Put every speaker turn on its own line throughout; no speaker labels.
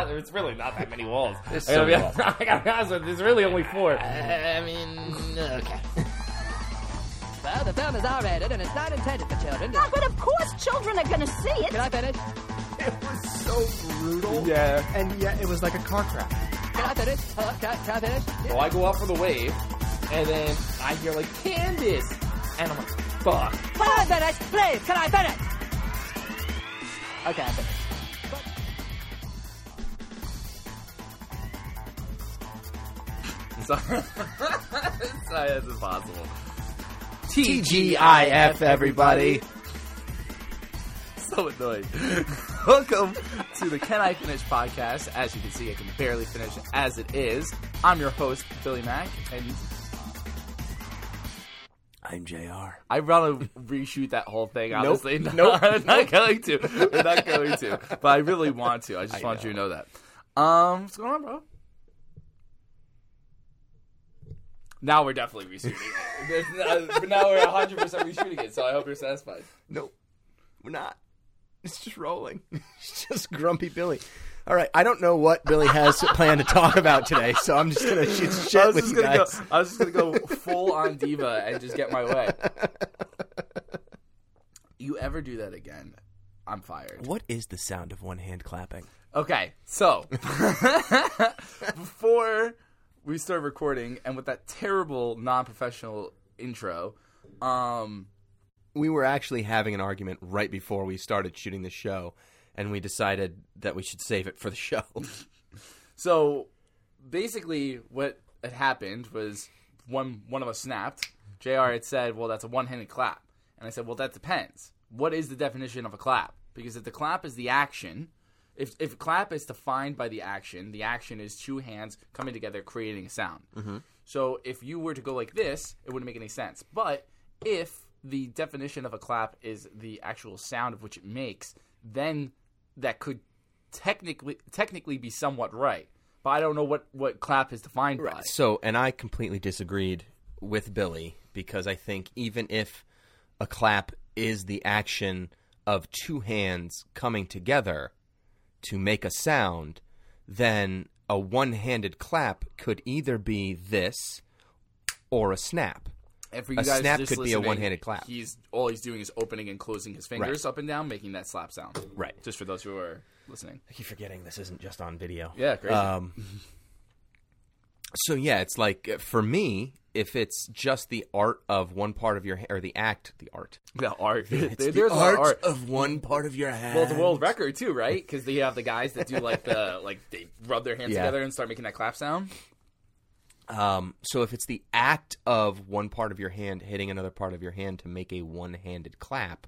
It's really not that many walls.
There's
I gotta, be,
some walls.
I gotta be honest with you, there's really only four.
I mean, okay.
Well, the film is R-rated and it's not intended for children.
Oh, but of course children are going to see it.
Can I finish?
It was so brutal.
Yeah.
And yet it was like a car crash.
Can I finish? Hello, can I, can I finish?
So I go out for the wave, and then I hear like Candace, and I'm like, fuck.
Can I finish? Please, can I finish? Okay, I finished.
Sorry, that's impossible.
TGIF, everybody.
So annoying. Welcome to the Can I Finish podcast. As you can see, I can barely finish as it is. I'm your host, Billy Mack, and
I'm JR.
I want to reshoot that whole thing. Honestly, no,
Nope.
I'm not going to. We're not going to. But I really want to. I just want you to know that. Um, what's going on, bro? Now we're definitely reshooting. it. now we're 100 percent reshooting it. So I hope you're satisfied.
Nope. We're not. It's just rolling. It's just grumpy Billy. All right, I don't know what Billy has planned to talk about today, so I'm just gonna shoot
I
shit
was
with
just
you
gonna go.
guys.
I was just gonna go full on diva and just get my way. You ever do that again? I'm fired.
What is the sound of one hand clapping?
Okay, so before we start recording, and with that terrible non-professional intro, um,
We were actually having an argument right before we started shooting the show, and we decided that we should save it for the show.
so basically what had happened was one one of us snapped. Jr. had said, "Well, that's a one-handed clap," and I said, "Well, that depends. What is the definition of a clap? Because if the clap is the action." If, if clap is defined by the action, the action is two hands coming together creating a sound.
Mm-hmm.
So if you were to go like this, it wouldn't make any sense. But if the definition of a clap is the actual sound of which it makes, then that could technically technically be somewhat right. But I don't know what, what clap is defined by.
So, and I completely disagreed with Billy because I think even if a clap is the action of two hands coming together to make a sound, then a one-handed clap could either be this or a snap.
And for you
A
guys
snap
just
could be a
listening,
one-handed clap.
He's all he's doing is opening and closing his fingers up and down, making that slap sound.
Right.
Just for those who are listening.
I keep forgetting this isn't just on video.
Yeah, crazy.
Um, so yeah, it's like uh, for me, if it's just the art of one part of your ha- or the act, the art,
the art.
It's
There-
the
there's a lot of
art,
art.
of one part of your hand.
Well, the world record too, right? Because you have the guys that do like the like they rub their hands
Yeah.
together and start making that clap sound.
Um, so if it's the act of one part of your hand hitting another part of your hand to make a one-handed clap,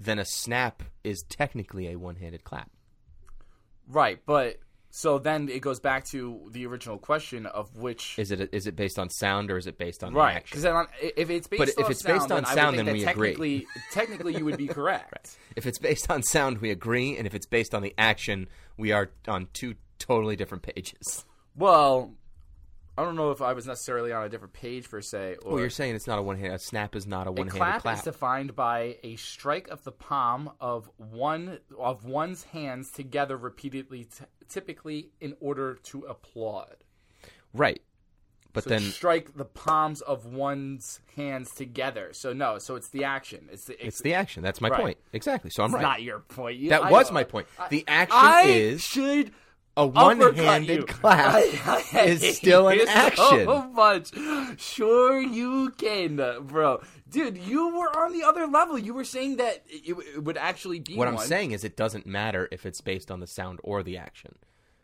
then a snap is technically a one-handed clap.
Right, but so then it goes back to the original question of which
Is it is it based on sound or is it based on the
right
action?
because then on, i- if it's based
But if
off
it's based on
I would
sound,
think
then
that
we agree.
technically technically you would be correct.
If it's based on sound, we agree, and if it's based on the action, we are on two totally different pages.
Well, I don't know if I was necessarily on a different page per se. Or
Well, you're saying it's not a one-handed. A snap is not a
a
one-handed
clap,
clap.
is defined by a strike of the palm of one of one's hands together repeatedly, t- typically in order to applaud.
right, but
So
then
strike the palms of one's hands together. So no, so it's the action. It's the it's,
it's the action. That's my
Right.
point. Exactly. So I'm
It's
right.
not your point. You-
That
I
was
know.
my point.
I-
The action
I
is
should
a
uppercut you.
one-handed clap
I- I hate
is still an
you
action.
So much. Sure, you can, bro, dude. You were on the other level. You were saying that it, it would actually be
What I'm
one.
saying is it doesn't matter if it's based on the sound or the action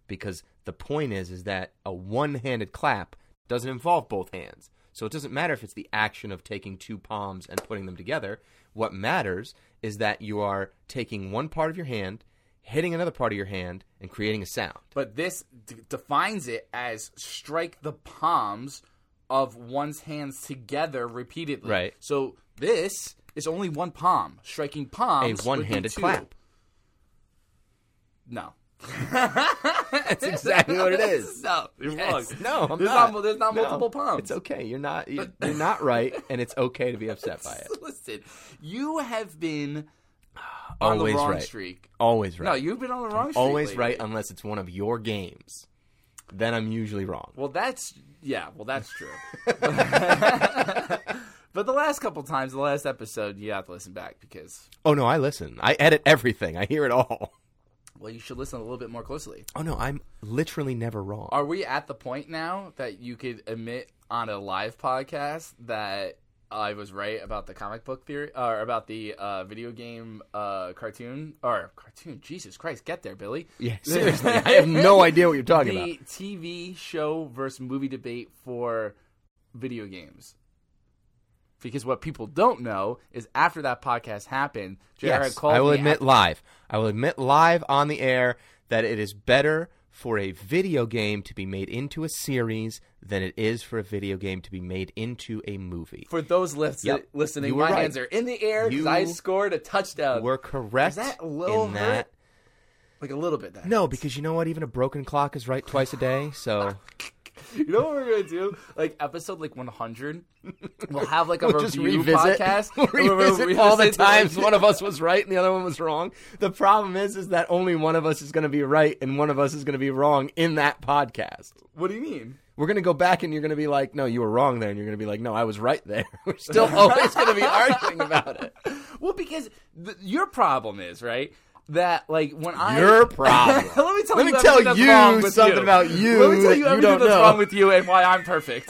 because the point is is that a one-handed clap doesn't involve both hands. So it doesn't matter if it's the action of taking two palms and putting them together. What matters is that you are taking one part of your hand, hitting another part of your hand and creating a sound.
But this d- defines it as strike the palms of one's hands together repeatedly.
Right.
So this is only one palm. Striking
A
palms. would be
one-handed
two.
clap.
No.
That's exactly what it is.
No, you're
Yes.
wrong.
No, I'm
there's
not.
there's not
No,
multiple palms.
It's okay. You're not you're, you're not right and it's okay to be upset by it.
Listen, you have been on
Always
the wrong
right.
streak.
Always right.
No, you've been on the wrong streak.
always
lately.
right unless it's one of your games. Then I'm usually wrong.
Well, that's yeah. Well, that's true. but the last couple times, the last episode, you have to listen back because
Oh no, I listen. I edit everything. I hear it all.
well, you should listen a little bit more closely.
Oh no, I'm literally never wrong.
Are we at the point now that you could admit on a live podcast that I was right about the comic book theory or about the uh, video game uh, cartoon or cartoon? Jesus Christ, get there, Billy.
Yeah, seriously, I have no idea what you're talking
the
about.
TV show versus movie debate for video games. Because what people don't know is after that podcast happened, Jared
Yes,
called
I will
me
admit
after-
live. I will admit live on the air that it is better for a video game to be made into a series than it is for a video game to be made into a movie.
for those lis-
Yep. You
listening,
were
my
right.
hands are in the air because
You
I scored a touchdown.
We're correct
Is that a little
in that.
hurt? like a little bit. That
No, because you know what? Even a broken clock is right twice a day. So
You know what we're gonna do? Like episode like 100, we'll have like a
We'll
review
just revisit,
podcast.
We'll
We'll
revisit all the
revisit, like-
times one of us was right and the other one was wrong. The problem is, is that only one of us is going to be right and one of us is going to be wrong in that podcast.
What do you mean?
We're going to go back and you're going to be like, no, you were wrong there, and you're going to be like, no, I was right there. We're still always going to be arguing about it.
Well, because th- your problem is right that like when I
Your problem.
let me tell
Let
you,
me
everything
tell
that's
you
wrong with
something about you
Let me tell
that
you
you
everything
don't
that's
know.
wrong with you and why I'm perfect.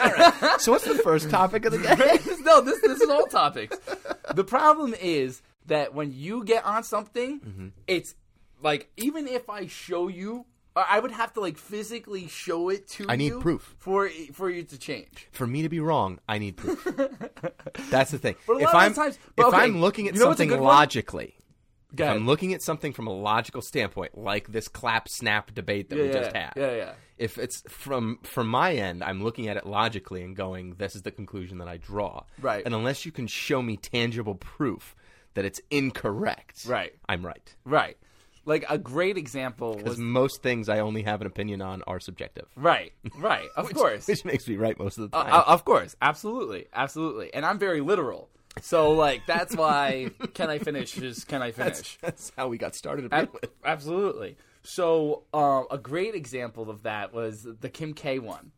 So what's the first topic of the day?
no, this this is all topics. The problem is that when you get on something,
Mm-hmm.
it's like even if I show you, or I would have to like physically show it to.
I need
you
proof.
for it- for you to change.
For me to be wrong, I need proof. That's the thing.
But a lot
if
of the
I'm
times-
if
but okay,
I'm looking at
you know what's a
something
good one?
logically,
Go
if
ahead.
I'm looking at something from a logical standpoint, like this clap snap debate that
yeah,
we just
yeah,
had.
yeah, yeah.
If it's from from my end, I'm looking at it logically and going, "This is the conclusion that I draw."
Right.
And unless you can show me tangible proof that it's incorrect,
Right.
I'm right.
Right. Like a great example
Because
was
most things I only have an opinion on are subjective.
right, right. Of course,
which makes me right most of the
Uh,
time.
uh, of course, absolutely, absolutely. And I'm very literal, so like that's why can I finish is can I finish?
That's how we got started. to
Ab-
begin with.
absolutely. So uh, a great example of that was the Kim K one,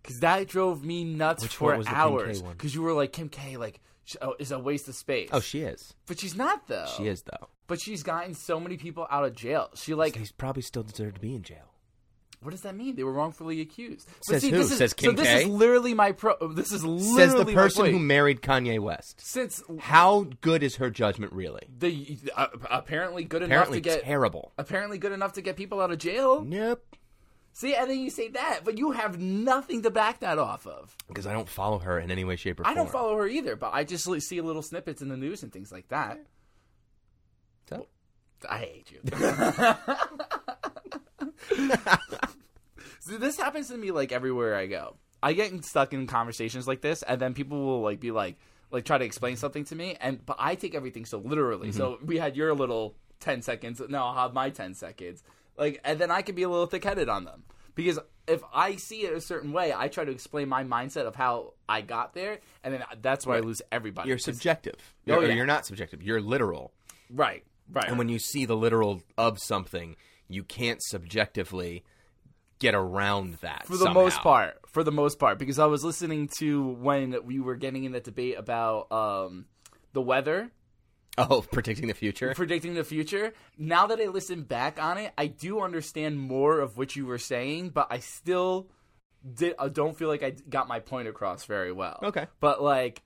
because that drove me nuts
Which
for
one was the Kim K
hours.
one?
Because you were like Kim K, like sh- oh, is a waste of space.
Oh, she is.
but she's not though.
She is though.
But she's gotten so many people out of jail. She like
He's probably still deserved to be in jail.
What does that mean? They were wrongfully accused. But
Says
see,
who?
This is,
Says Kim
so this
K?
is literally my pro. This is literally
Says the
my
person
point.
who married Kanye West.
since uh,
How good is her judgment really?
the uh, apparently good
Apparently
enough to get
terrible.
apparently good enough to get people out of jail.
Nope.
See, and then you say that, but you have nothing to back that off of.
Because I don't follow her in any way, shape, or
I
form.
don't follow her either, but I just li- see little snippets in the news and things like that.
So?
I hate you. so this happens to me like everywhere I go. I get stuck in conversations like this, and then people will like be like, like try to explain something to me, and but I take everything so literally. So we had your little ten seconds. Now I'll have my ten seconds. Like, and then I can be a little thick headed on them because if I see it a certain way, I try to explain my mindset of how I got there, and then that's where I lose everybody.
You're
'Cause-
subjective.
Oh,
Or
yeah.
You're not subjective. You're literal.
right, right.
And when you see the literal of something, you can't subjectively get around that.
for the most part for the most part because i was listening to when we were getting in that debate about um, the weather
Oh, predicting the future.
predicting the future now that i listen back on it i do understand more of what you were saying but i still did, I don't feel like i got my point across very well
Okay.
but like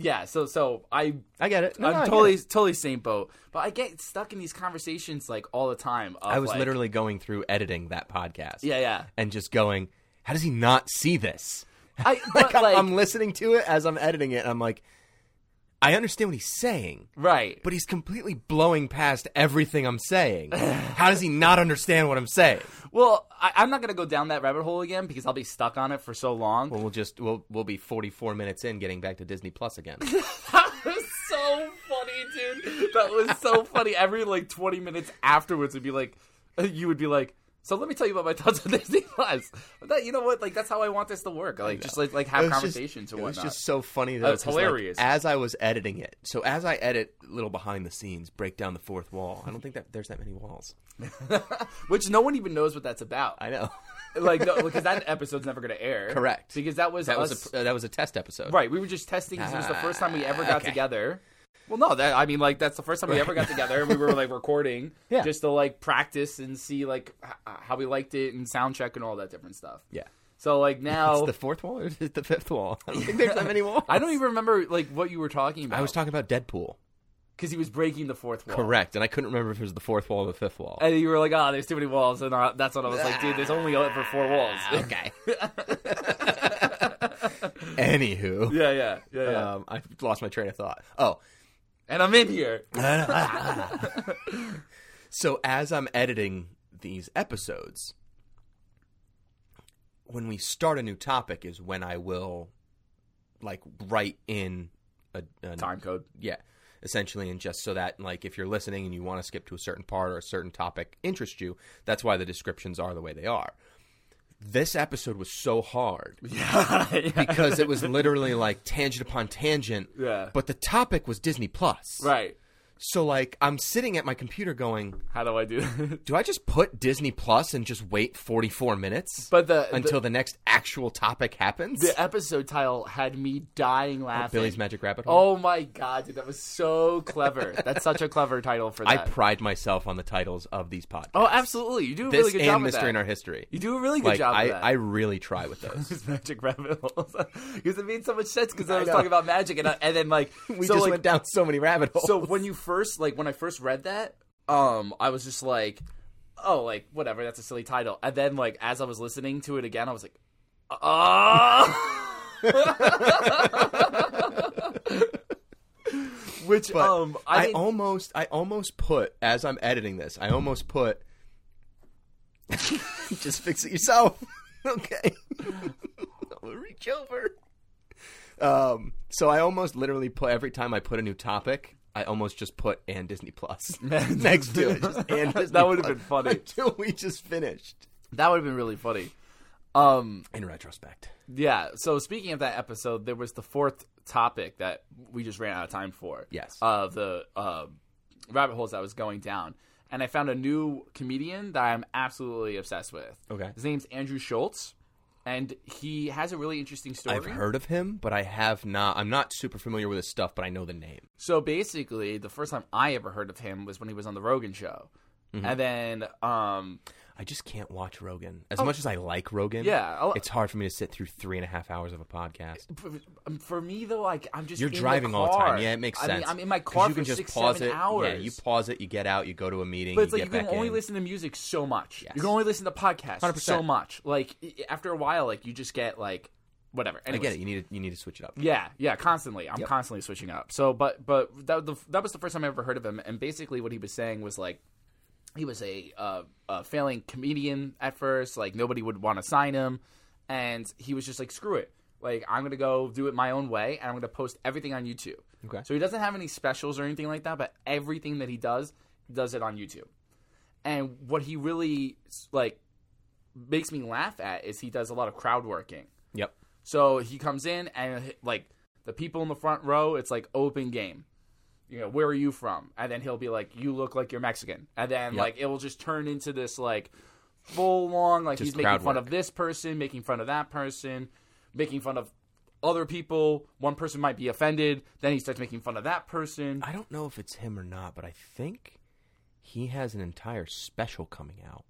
yeah so so i
I get it. No,
i'm
no, I get
totally
it.
totally same boat but i get stuck in these conversations like all the time of,
I was
like-
literally going through editing that podcast.
yeah yeah
And just going, how does he not see this?
I,
like,
but,
I'm,
like
I'm listening to it as I'm editing it. And I'm like, I understand what he's saying,
right
but he's completely blowing past everything I'm saying. How does he not understand what I'm saying?
Well, I, I'm not gonna go down that rabbit hole again because I'll be stuck on it for so long.
Well, we'll just we'll we'll be 44 minutes in getting back to Disney Plus again.
That was so funny, dude. That was so funny. Every like 20 minutes afterwards, would be like, uh, you would be like, So let me tell you about my thoughts on Disney Plus. That, you know what? Like that's how I want this to work. Like just like like
It
have
was just-
conversations or
It was
whatnot.
just so funny. Though,
Oh, it's
'cause, like,
hilarious.
as I was editing it, so as I edit little behind the scenes, break down the fourth wall. I don't think that there's that many walls.
Which no one even knows what that's about.
I know.
like no, because that episode's never going to air.
Correct.
Because that was
That
us.
was a, uh, that was a test episode.
Right, we were just testing because it was the first time we ever got
Ah, okay.
together. Well, no, that I mean, like that's the first time we ever got together, and we were like recording,
Yeah.
just to like practice and see like h- how we liked it and sound check and all that different stuff.
Yeah.
So like
It's
now,
the fourth wall or is it the fifth wall? I don't think there's that many walls.
I don't even remember like what you were talking about.
I was talking about Deadpool.
because he was breaking the fourth wall.
Correct. And I couldn't remember if it was the fourth wall or the fifth wall.
And you were like, "Oh, there's too many walls," and uh, that's what I was like, "Dude, there's only for four walls."
okay. Anywho.
yeah, yeah, yeah, yeah.
Um, I lost my train of thought. Oh,
and I'm in here.
so as I'm editing these episodes, when we start a new topic is when I will, like, write in a, a
Time code.
yeah essentially and just so that like if you're listening and you want to skip to a certain part or a certain topic interests you that's why the descriptions are the way they are this episode was so hard because it was literally like tangent upon tangent
Yeah.
but the topic was disney plus
Right.
so like i'm sitting at my computer going
How do I do? that?
do i just put disney plus and just wait 44 minutes
but the
until the, next actual topic happens
the episode title had me dying laughing.
Oh, billy's magic rabbit hole
Oh my god, dude, that was so clever. That's such a clever title for
i
that.
pride myself on the titles of these podcasts
oh, absolutely. You do a
this
really good
and
job with
mystery
that.
in our history.
you do a really good
like
job
I,
with that.
I really try with those.
It's magic rabbit holes because it made so much sense because I was
know.
talking about magic and I, and then like
we
so
just
like
went down so many rabbit holes.
so when you first like when I first read that um I was just like oh like whatever that's a silly title and then like as I was listening to it again I was like oh which
But
um I,
I,
didn't-
almost I almost put as I'm editing this, I almost put just fix it yourself. okay. I'll reach over. Um so I almost literally put every time I put a new topic, I almost just put and Disney Plus next to it. Just and Disney
That would've
Plus
been funny.
Until we just finished.
that would have been really funny um
In retrospect.
Yeah. So speaking of that episode, there was the fourth topic that we just ran out of time for.
Yes.
Of the uh, rabbit holes I was going down, and I found a new comedian that I'm absolutely obsessed with.
Okay.
His name's Andrew Schultz, and he has a really interesting story.
I've heard of him, but I have not. I'm not super familiar with his stuff, but I know the name.
So basically, the first time I ever heard of him was when he was on the Rogan Show,
Mm-hmm.
and then um,
I just can't watch Rogan as much as I like Rogan.
Oh. Yeah, oh. I'll-
it's hard for me to sit through three and a half hours of a podcast.
for- um, for me though, like I'm just
You're
in the
driving all the
car.
time. Yeah, it makes
I mean,
sense.
I'm in my
'Cause
car
you
for
can just
six,
pause
seven
it.
hours.
Yeah, you pause it, you get out, you go to a meeting,
But it's
you
like you
get
can
back
only
in.
listen to music so much. You
Yes.
can only listen to podcasts
100%.
so much. Like i- after a while, like you just get like whatever.
I
Anyways,
get it. You need to, you need to switch it up.
Yeah, yeah, constantly. I'm constantly switching up. So, but but that the, that was the first time I ever heard of him. And basically, what he was saying was like he was a uh, a failing comedian at first. Like nobody would want to sign him, and he was just like, screw it. Like I'm gonna go do it my own way, and I'm gonna post everything on YouTube.
Okay.
So he doesn't have any specials or anything like that, but everything that he does, he does it on YouTube. And what he really like makes me laugh at is he does a lot of crowd working.
Yep.
So he comes in and like the people in the front row, it's like open game. You know, where are you from? And then he'll be like, "You look like you're Mexican." And then
Yep.
like it will just turn into this like full long like
Just
he's making
crowd
fun
work.
of this person, making fun of that person, making fun of other people. One person might be offended, then he starts making fun of that person.
I don't know if it's him or not, but I think he has an entire special coming out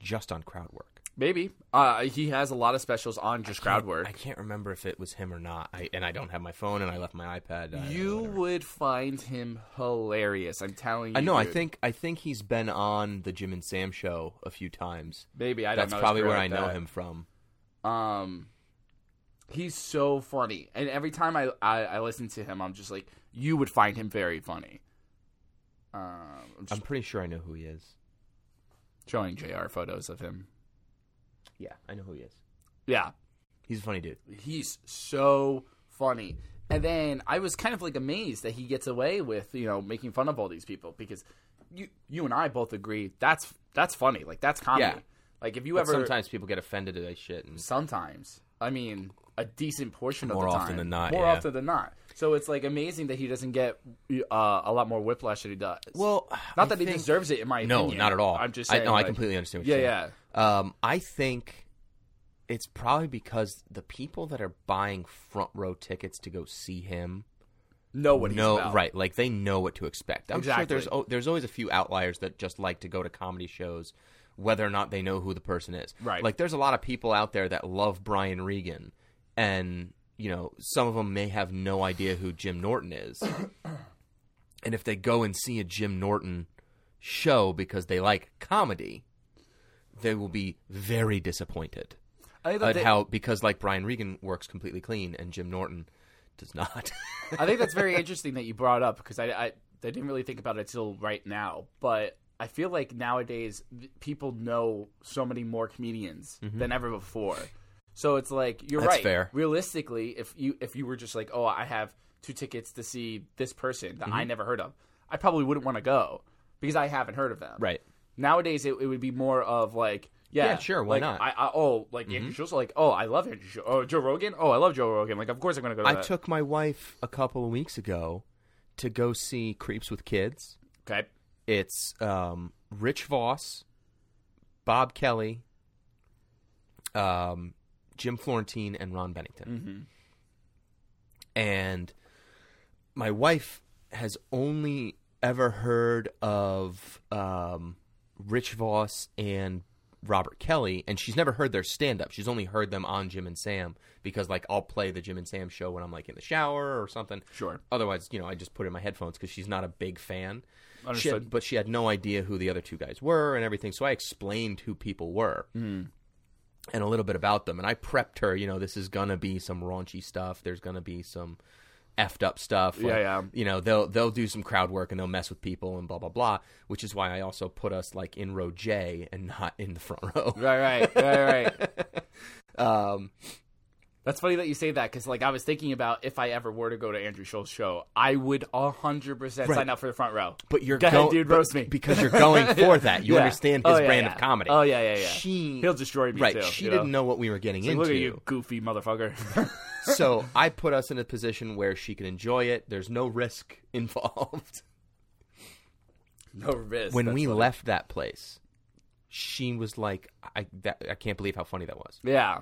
just on crowd work.
Maybe uh, he has a lot of specials on just crowd
Can't-
work.
I can't remember if it was him or not. I and I don't have my phone, and I left my iPad. uh,
You
whatever.
would find him hilarious. I'm telling you.
I know. I
dude.
think I think he's been on the Jim and Sam show a few times.
maybe I don't
That's
know his
probably
career
where I
like
know
that.
him from.
Um, he's so funny, and every time I, I I listen to him, I'm just like, you would find him very funny. Um, I'm
I'm
just
pretty sure I know who he is.
showing Jr. photos of him.
Yeah, I know who he is.
Yeah,
He's a funny dude.
he's so funny. And then I was kind of like amazed that he gets away with you know making fun of all these people because you you and I both agree that's that's funny like that's comedy
Yeah.
Like if you
But
ever
sometimes people get offended at that shit. And
sometimes. I mean, a decent portion
More
of the
often
time.
than not,
More
yeah.
often than not. So it's like amazing that he doesn't get uh, a lot more whiplash that he does.
well,
not that he deserves it, in my
No,
opinion.
not at all.
I'm just
I-
saying.
no, I
like-
completely understand. What
yeah,
you're saying.
yeah.
Um, I think it's probably because the people that are buying front row tickets to go see him
Know what he's
know
about.
right, like they know what to expect. I'm sure there's
Exactly.
o- there's always a few outliers that just like to go to comedy shows, whether or not they know who the person is.
Right.
like there's a lot of people out there that love Brian Regan, and you know some of them may have no idea who Jim Norton is, and if they go and see a Jim Norton show because they like comedy, they will be very disappointed
I think, that
at
they-
how because like Brian Regan works completely clean and Jim Norton does not.
I think that's very interesting that you brought up because I, I, I didn't really think about it till right now. But I feel like nowadays th- people know so many more comedians than ever before. So it's like you're
Mm-hmm. That's
right.
fair.
Realistically, if you if you were just like, oh, I have two tickets to see this person that
Mm-hmm.
I never heard of, I probably wouldn't want to go because I haven't heard of them.
Right.
Nowadays, it, it would be more of like. Yeah,
Yeah, sure, why
like,
not? Mm-hmm.
I, I, oh, like Andrew Schultz, like oh, I love Andrew. Schultz. Oh, Joe Rogan. Oh, I love Joe Rogan. Like, of course I'm gonna go. To
I
that.
took my wife a couple of weeks ago to go see Creeps with Kids.
okay.
It's um, Rich Voss, Bob Kelly, um, Jim Florentine, and Ron Bennington.
Mm-hmm.
And my wife has only ever heard of um, Rich Voss and Robert Kelly, and she's never heard their stand up. She's only heard them on Jim and Sam because, like, I'll play the Jim and Sam show when I'm, like, in the shower or something.
Sure.
Otherwise, you know, I just put it in my headphones because she's not a big fan. She had-
Understood.
but she had no idea who the other two guys were and everything. So I explained who people were and a little bit about them. And I prepped her, you know, this is gonna be some raunchy stuff. There's gonna be some effed up stuff. Like,
Yeah, yeah.
You know, they'll they'll do some crowd work and they'll mess with people and blah blah blah. Which is why I also put us like in row J and not in the front row.
Right, right, right, right.
Um,
That's funny that you say that because, like, I was thinking about if I ever were to go to Andrew Schultz's show, I would hundred percent
Right.
sign up for the front row.
but you're
Go ahead,
go-
dude,
but-
roast me.
because you're going for that. You
Yeah.
understand
Oh,
his
yeah,
brand
yeah.
of comedy.
Oh, yeah, yeah, yeah.
She
He'll destroy me,
Right?
too,
she
you
didn't
know?
know what we were getting into.
Look at you, goofy motherfucker.
so I put us in a position where she can enjoy it. There's no risk involved.
no risk.
When
That's
we
funny.
left that place, she was like, "I that, I can't believe how funny that was."
yeah,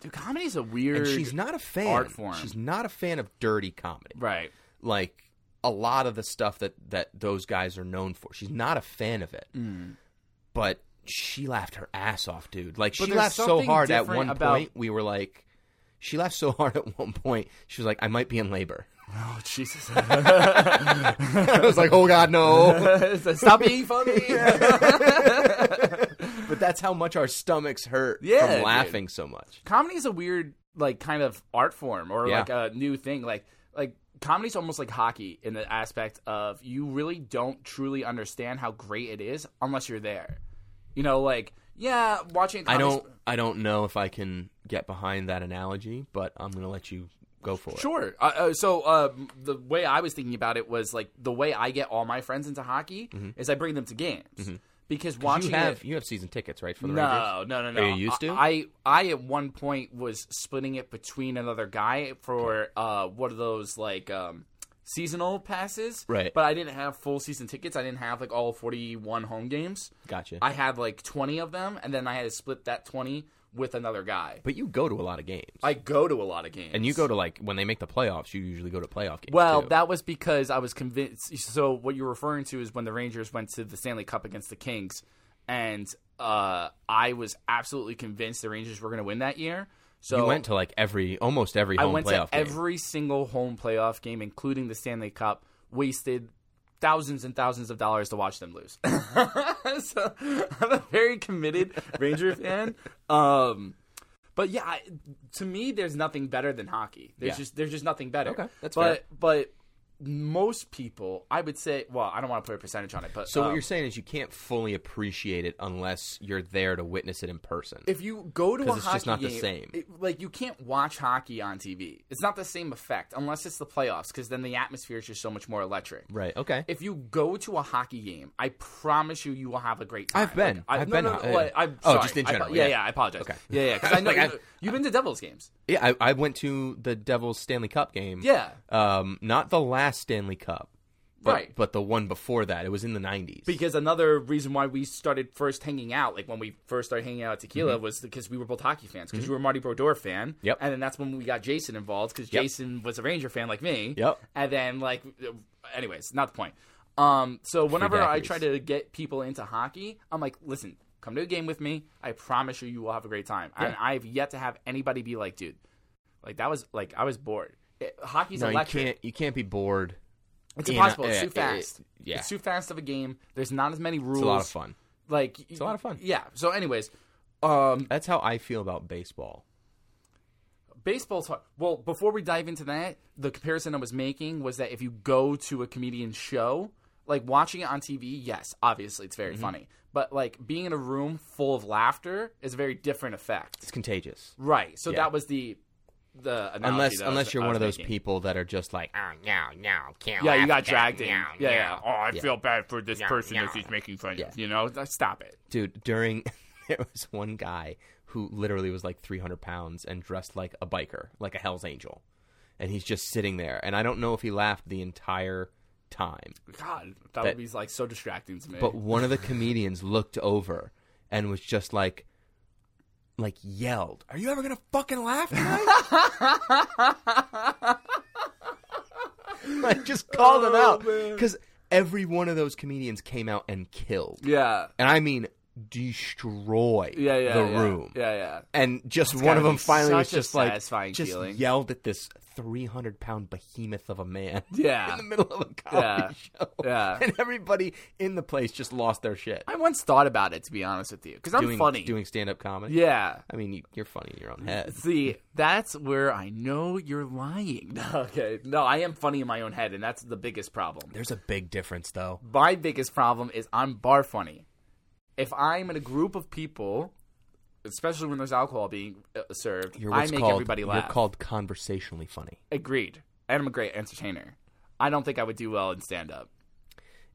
dude, comedy's a weird.
And she's not a fan.
art form.
She's not a fan of dirty comedy.
right.
Like a lot of the stuff that that those guys are known for. She's not a fan of it.
Mm.
But she laughed her ass off, dude. Like she
there's
laughed so
something
hard at
different
one
about-
point. We were like, she laughed so hard at one point. She was like, "I might be in labor."
Oh Jesus!
I was like, "Oh God, no."
Stop being funny.
But that's how much our stomachs hurt
Yeah,
from
dude.
laughing so much.
comedy is a weird like kind of art form or
Yeah.
like a new thing like like comedy's almost like hockey in the aspect of you really don't truly understand how great it is unless you're there you know like yeah watching a
I
comedy
don't I don't know if I can get behind that analogy, but I'm going to let you go for it.
Sure. Uh, uh, so uh, the way I was thinking about it was like the way I get all my friends into hockey is I bring them to games because watching
Mm-hmm. You have
it,
you have season tickets, right, for the Rangers?
No, no, no, no.
Are you used to?
I, I, I at one point was splitting it between another guy for uh, one of those like um, seasonal passes,
Right.
But I didn't have full season tickets. I didn't have like all forty-one home games.
Gotcha.
I had like twenty of them, and then I had to split that twenty with another guy.
But you go to a lot of games.
I go to a lot of games,
and you go to like when they make the playoffs, you usually go to playoff games.
Well,
too.
that was because I was convinced. So what you're referring to is when the Rangers went to the Stanley Cup against the Kings, and uh, I was absolutely convinced the Rangers were going to win that year. So
you went to like every almost every
I
home
went to
playoff game.
every single home playoff game, including the Stanley Cup. Wasted thousands and thousands of dollars to watch them lose. so I'm a very committed Ranger fan. Um, but yeah, I, to me, there's nothing better than hockey. There's
Yeah.
just there's just nothing better.
Okay, that's
but,
fair.
But most people, I would say, well, I don't want to put a percentage on it, but
So what
um,
you're saying is you can't fully appreciate it unless you're there to witness it in person.
if you go to a
'Cause it's
hockey
just not the
game,
same.
it- like you can't watch hockey on TV. It's not the same effect unless it's the playoffs, because then the atmosphere is just so much more electric.
right. Okay.
If you go to a hockey game, I promise you, you will have a great time.
I've been.
I,
I've
no,
been
No, no,
ho-
well,
yeah.
I'm
Oh,
sorry.
just in
I apo-
general,
yeah,
yeah.
yeah. I apologize.
Okay.
Yeah, yeah. 'cause I know
Like, I've-
you've been to Devils games.
yeah, I, I went to the Devils Stanley Cup game.
Yeah.
Um, not the last Stanley Cup, but,
Right.
But the one before that. It was in the 90s.
because another reason why we started first hanging out, like when we first started hanging out at Tequila, was because we were both hockey fans. Because you were a Marty Brodeur fan,
Mm-hmm. Yep.
and then that's when we got Jason involved because
Yep.
Jason was a Ranger fan like me,
Yep.
And then like, anyways, not the point. Um, so whenever I
decades.
try to get people into hockey, I'm like, listen, come to a game with me. I promise you, you will have a great time. And I have yet to have anybody be like, dude, like that was like I was bored. It- hockey's
no, you
electric.
can't. You can't be bored.
It's
Yeah,
impossible.
yeah,
it's too
it-
fast.
it- eh, yeah.
It's too fast of a game. There's not as many rules.
It's a lot of fun.
Like
It's a lot of fun.
Yeah. So, anyways, um,
That's how I feel about baseball.
baseball's hard. Well, before we dive into that, the comparison I was making was that if you go to a comedian's show, like watching it on TV, yes, obviously it's very
Mm-hmm.
funny, but like being in a room full of laughter is a very different effect.
It's contagious.
Right. So
Yeah.
that was the the analogy
Unless
that I was-
unless you're
I
one
was
of those
making.
people that are just like, ah,
Oh, No, no, can't.
Yeah, you
laugh
got
at that.
dragged in. Yeah,
No,
yeah.
no.
Oh, I
Yeah.
feel bad for this
Yeah,
person that
yeah.
he's making fun
Yeah.
of. You know, stop it.
dude during there was one guy who literally was like 300 pounds and dressed like a biker like a hell's angel and he's just sitting there and i don't know if he laughed the entire time
God, that, would be like so distracting to me.
but one of the comedians looked over and was just like like yelled are you ever gonna fucking laugh tonight like just called him
Oh,
out because every one of those comedians came out and killed
yeah,
and I mean destroy
yeah, yeah.
the
yeah.
room.
Yeah, yeah.
And just one
gotta
of them
be
finally was
such a
just like
satisfying
just
feeling.
yelled at this 300 pound behemoth of a man.
Yeah.
in the middle of a comedy show.
Yeah.
and everybody in the place just lost their shit.
I once thought about it to be honest with you because I'm
doing
funny.
doing stand up comedy.
yeah.
I mean you, you're funny in your own head.
See, that's where I know you're lying. okay, no, I am funny in my own head, and that's the biggest problem.
There's a big difference though.
My biggest problem is I'm bar funny. If I'm in a group of people, especially when there's alcohol being uh, served,
You're
I
what's
make
called
everybody laugh.
you're called conversationally funny.
Agreed. And I'm a great entertainer. I don't think I would do well in stand up.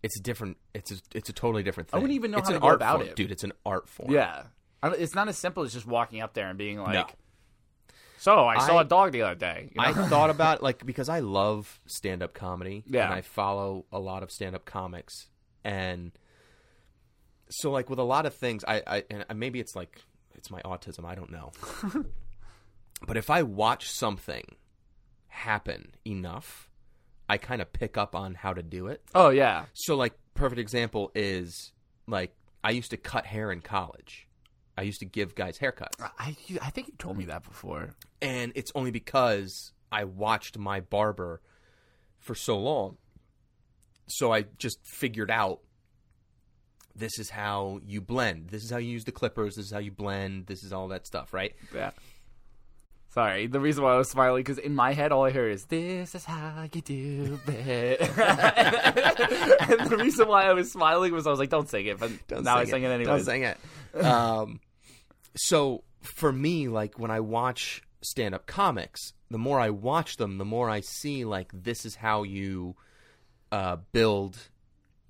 It's a different. It's a, it's a totally different
I
thing.
wouldn't even know
it's
how
an
to go
art
about
form,
it.
dude. It's an art form.
Yeah. I don't- It's not as simple as just walking up there and being like,
No.
so I, saw
I-
a dog the other day. You know?
I thought about like because I love stand up comedy.
Yeah.
And I follow a lot of stand up comics and so like with a lot of things I, I and maybe it's like it's my autism, I don't know. but if I watch something happen enough, I kind of pick up on how to do it.
oh, yeah.
So like perfect example is like I used to cut hair in college. I used to give guys haircuts.
I, you- I think you told me that before.
and it's only because I watched my barber for so long. So I just figured out this is how you blend. This is how you use the clippers. This is how you blend. This is all that stuff, right?
Yeah. Sorry. The reason why I was smiling, because in my head, all I hear is, this is how you do it. and the reason why I was smiling was I was like, don't sing it. But now I sing it, anyway.
Don't sing it. Um, so for me, like when I watch stand up comics, the more I watch them, the more I see like this is how you uh, build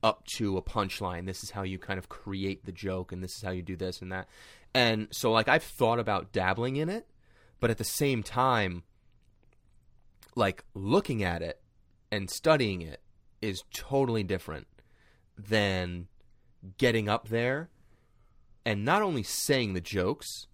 up to a punchline. This is how you kind of create the joke, and this is how you do this and that. And so like I've thought about dabbling in it, but at the same time, like looking at it and studying it is totally different than getting up there and not only saying the jokes,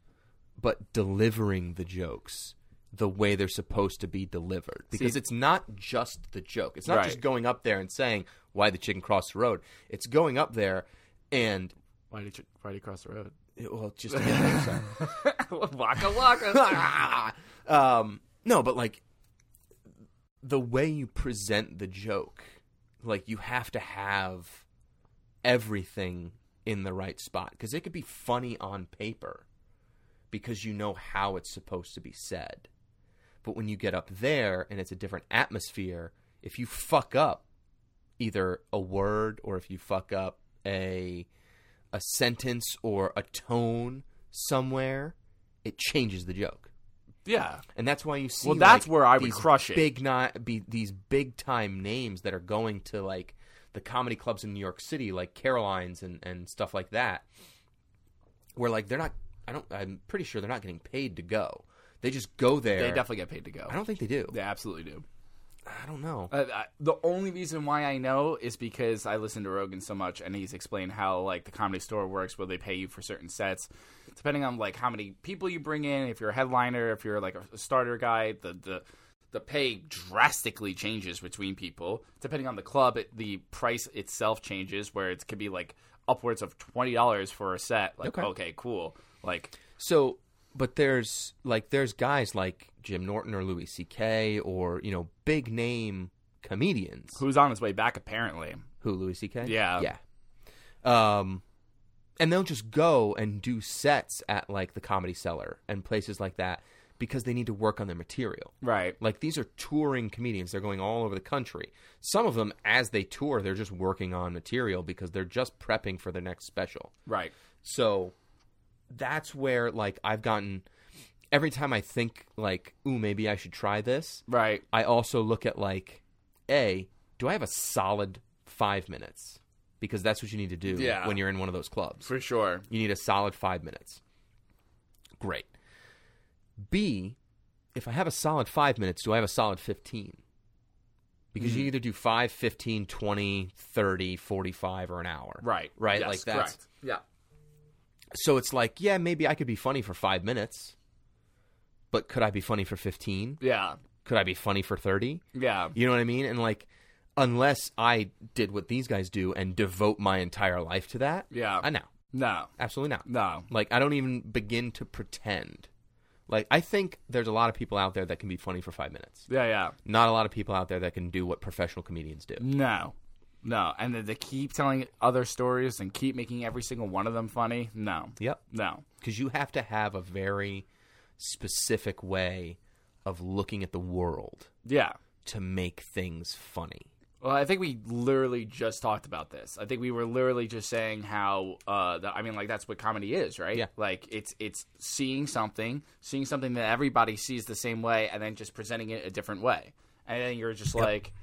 but delivering the jokes the way they're supposed to be delivered. Because it's not just the joke. It's not just
Right.
going up there and saying why the chicken crossed the road. It's going up there and
Why did you, why did you cross the road?
well, just I'm sorry.
waka waka.
um, no, but like the way you present the joke, like you have to have everything in the right spot because it could be funny on paper because you know how it's supposed to be said. But when you get up there and it's a different atmosphere, if you fuck up either a word or if you fuck up a a sentence or a tone somewhere, it changes the joke.
Yeah.
And that's why you see.
Well, that's
like,
where I would
these
crush it.
Big not be these big time names that are going to like the comedy clubs in New York City, like Caroline's and and stuff like that, where like they're not. I don't. I'm pretty sure they're not getting paid to go. They just go there.
They definitely get paid to go.
I don't think they do.
They absolutely do.
I don't know.
Uh, I, the only reason why I know is because I listen to Rogan so much, and he's explained how like the comedy store works, where they pay you for certain sets, depending on like how many people you bring in. If you're a headliner, if you're like a, a starter guy, the the the pay drastically changes between people depending on the club. It, the price itself changes, where it could be like upwards of twenty dollars for a set. Like,
Okay.
okay cool. Like,
So, but there's like there's guys like Jim Norton or Louis C.K. or you know big name comedians.
who's on his way back? Apparently,
Who Louis C.K.
Yeah.
yeah. Um, and they'll just go and do sets at like the Comedy Cellar and places like that because they need to work on their material.
right?
Like these are touring comedians; they're going all over the country. Some of them, as they tour, they're just working on material because they're just prepping for their next special.
Right.
So that's where like I've gotten every time I think like, ooh, maybe I should try this,
Right.
I also look at like, A, do I have a solid five minutes? Because that's what you need to do
Yeah.
when you're in one of those clubs.
For sure.
You need a solid five minutes. Great. B, if I have a solid five minutes, do I have a solid 15? Because
Mm-hmm.
you either do 5, 15, 20, 30, 45, or an hour.
Right.
Right?
Yes,
like that's
correct. Yeah.
so it's like, yeah, maybe I could be funny for five minutes, but could I be funny for 15?
Yeah.
Could I be funny for 30?
Yeah.
You know what I mean? And like, unless I did what these guys do and devote my entire life to that,
Yeah.
I know.
No.
Absolutely not.
No.
Like, I don't even begin to pretend. Like, I think there's a lot of people out there that can be funny for five minutes.
Yeah, yeah.
Not a lot of people out there that can do what professional comedians do.
No. No. And then they keep telling other stories and keep making every single one of them funny. No.
Yep.
No.
because you have to have a very specific way of looking at the world
Yeah.
to make things funny.
Well, I think we literally just talked about this. I think we were literally just saying how uh that, I mean like that's what comedy is, right?
Yeah.
Like it's it's seeing something, seeing something that everybody sees the same way and then just presenting it a different way. And then you're just like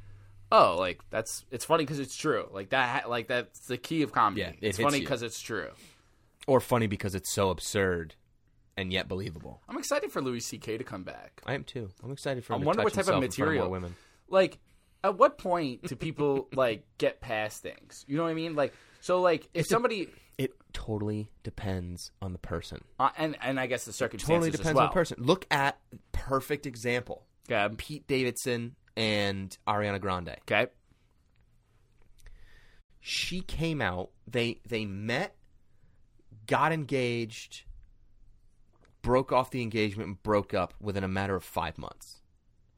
Oh, like that's it's funny because it's true. Like that, ha- like that's the key of comedy.
Yeah, it
it's
hits
funny
you.
because it's true.
Or funny because it's so absurd and yet believable.
I'm excited for Louis C.K. to come back.
I am too. I'm excited for
I
him to
wonder
touch
what type
himself
of
in front
material.
more women.
Like, at what point do people like get past things? You know what I mean? Like, so like if somebody
It totally depends on the person.
uh, and and I guess the circumstances
Totally depends
as well.
on the person. Look at perfect example.
Okay.
Pete Davidson and Ariana Grande.
Okay.
she came out they they met got engaged broke off the engagement and broke up within a matter of five months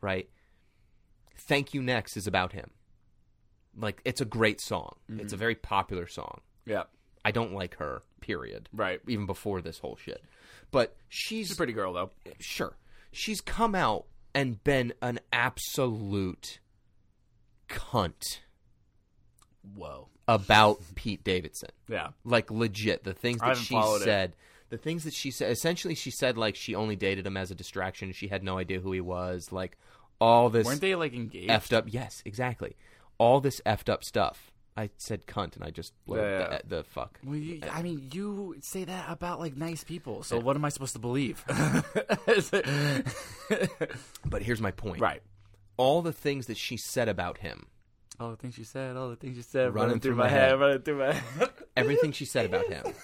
right thank you next is about him like it's a great song it's
Mm-hmm.
a very popular song
Yeah.
i don't like her period
Right.
even before this whole shit but she's,
She's a pretty girl though.
sure she's come out and been an absolute cunt
Whoa.
about pete davidson
Yeah.
like legit the things that
I haven't
she
followed it.
said the things that she said essentially she said like she only dated him as a distraction she had no idea who he was like all this
Weren't they like engaged?
effed up yes exactly all this effed up stuff i said cunt and i just blurred
Yeah, yeah.
The, the fuck
Well, you, I mean, you say that about like nice people. So what am I supposed to believe?
but here's my point
right.
all the things that she said about him
All the things you said. All the things you said.
Running
Running, through,
through
my
my
head,
head.
Running through my head.
everything she said about him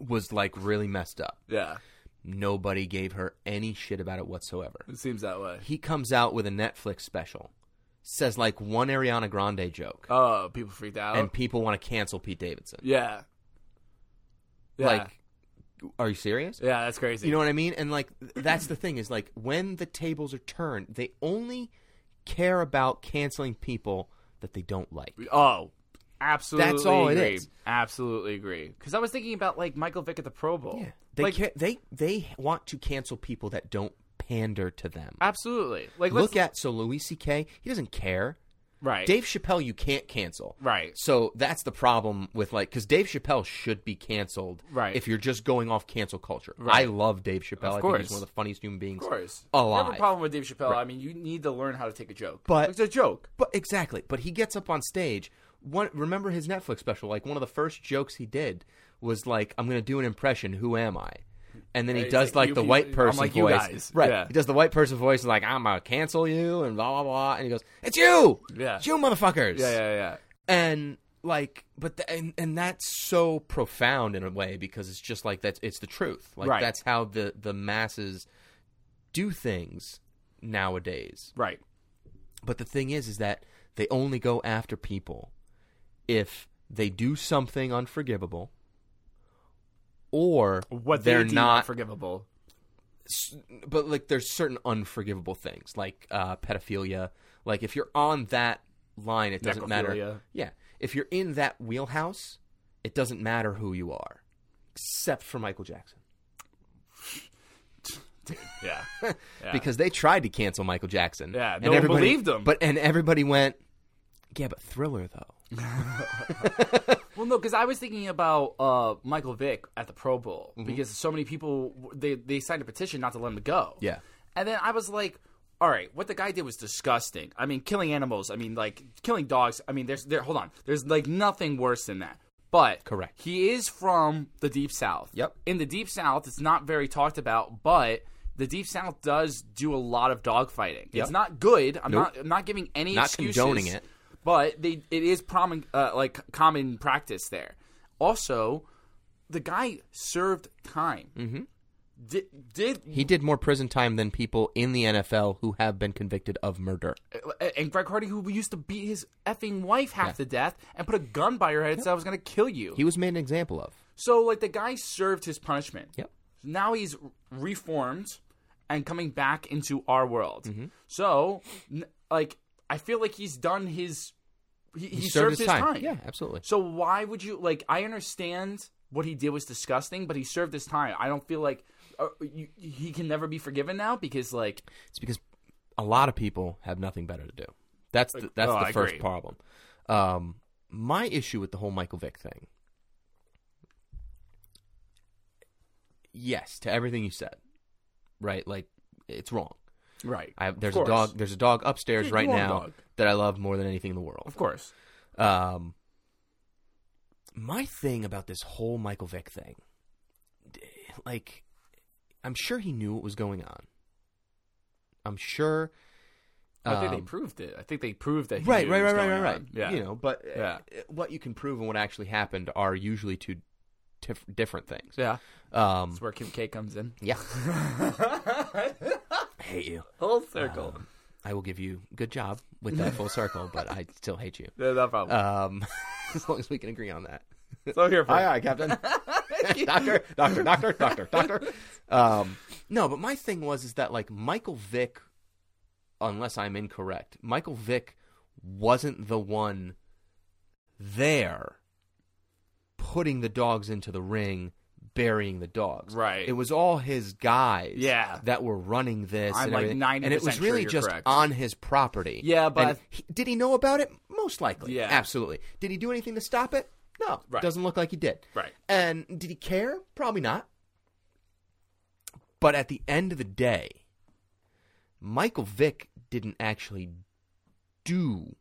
was like really messed up
yeah.
nobody gave her any shit about it whatsoever
It seems that way.
he comes out with a netflix special says like one ariana grande joke
Oh, people freaked out.
and people want to cancel Pete Davidson.
Yeah. Yeah.
Like, are you serious?
yeah, that's crazy.
You know what I mean? And like, th- that's the thing is like when the tables are turned, they only care about canceling people that they don't like.
oh, absolutely.
That's all it
agree.
is.
Absolutely agree. Because I was thinking about like Michael Vick at the Pro Bowl.
They
like,
ca- they they want to cancel people that don't pander to them.
Absolutely. Like let's
Look at so Louis C.K. He doesn't care.
right.
Dave Chappelle, you can't cancel.
Right.
So that's the problem with like because Dave Chappelle should be canceled.
Right.
If you're just going off cancel culture,
Right.
I love Dave Chappelle.
Of
I think
course.
he's one of the funniest human beings.
Of course. I have
Alive.
a problem with Dave Chappelle. I mean, you need to learn how to take a joke.
But-
it's a joke.
But exactly. But he gets up on stage. One, remember his Netflix special? Like one of the first jokes he did was like, "I'm going to do an impression. Who am I?" And then he
Yeah, he's
does
like,
like
"You
the
peop-
white
I'm
person
like you
voice,
guys.
right?
Yeah.
He does the white person voice and like, "I'm gonna cancel you," and blah blah blah. And he goes, "It's you,
Yeah.
it's you motherfuckers."
Yeah, yeah, yeah.
and like but th- and, and that's so profound in a way because it's just like that's it's the truth like
Right.
that's how the the masses do things nowadays
Right.
but the thing is is that they only go after people if they do something unforgivable or
What
they're
they deem
not
forgivable.
but like there's certain unforgivable things like uh, pedophilia. Like if you're on that line, it doesn't matter.
Necrophilia.
Yeah, if you're in that wheelhouse, it doesn't matter who you are, except for Michael Jackson,
Yeah. Yeah.
because they tried to cancel Michael Jackson.
Yeah, no one
everybody-
believed him.
But and everybody went, yeah, but Thriller though.
Well, no, because I was thinking about uh, Michael Vick at the Pro Bowl
Mm-hmm.
because so many people they they signed a petition not to let him go.
Yeah.
and then I was like, all right, what the guy did was disgusting. I mean, killing animals. I mean, like killing dogs. I mean, there's there. Hold on, there's like nothing worse than that. But
Correct.
he is from the deep south.
Yep.
in the deep south, it's not very talked about, but. The Deep South does do a lot of dogfighting.
Yep.
It's not good. I'm
Nope.
not I'm not giving any
Not
excuses
condoning it.
but they it is common uh, like common practice there. Also, the guy served time. Mm-hmm. Did, did
He did more prison time than people in the NFL who have been convicted of murder.
and Greg Hardy, who used to beat his effing wife half to death and put a gun by her head, said I was going to kill you.
He was made an example of.
so like the guy served his punishment.
Yep.
Now he's reformed and coming back into our world.
Mm-hmm.
So n- like I feel like he's done his he, he, served, his time.
Yeah, absolutely.
So why would you like? I understand what he did was disgusting, but he served his time. I don't feel like uh, you, he can never be forgiven now because like
It's because a lot of people have nothing better to do. That's the, that's
oh,
the
I
first
agree.
problem. Um, my issue with the whole Michael Vick thing. Yes, to everything you said. Right, like it's wrong.
right.
I have, there's
Of
a
course.
dog. There's a dog upstairs
Yeah, you
right
own a
now
dog.
that I love more than anything in the world.
Of course.
Um, my thing about this whole Michael Vick thing, d- like, I'm sure he knew what was going on. I'm sure.
I think they
um,
proved it. I think they proved that. He
right,
knew
right,
what was
right, right, right,
going
right.
on. Yeah.
You know, but
Yeah.
uh, what you can prove and what actually happened are usually two tif- different things.
Yeah.
Um,
That's where Kim K comes in.
yeah. I hate you.
Full circle.
I will give you good job with that full circle, but I still hate you.
Yeah, no problem.
Um, as long as we can agree on that.
so here for
Aye, aye, Captain. doctor, doctor, doctor, doctor, doctor. Um, no, but my thing was is that like Michael Vick, unless I'm incorrect, Michael Vick wasn't the one there putting the dogs into the ring, burying the dogs.
Right.
It was all his guys.
Yeah.
that were running this.
I'm,
and
like,
everything.
90%
and it was
sure
really
you're
just
correct.
on his property.
Yeah, but
And
I-
he- did he know about it? Most likely.
Yeah.
absolutely. Did he do anything to stop it? No,
Right.
doesn't look like he did.
Right.
And did he care? Probably not. But at the end of the day, Michael Vick didn't actually do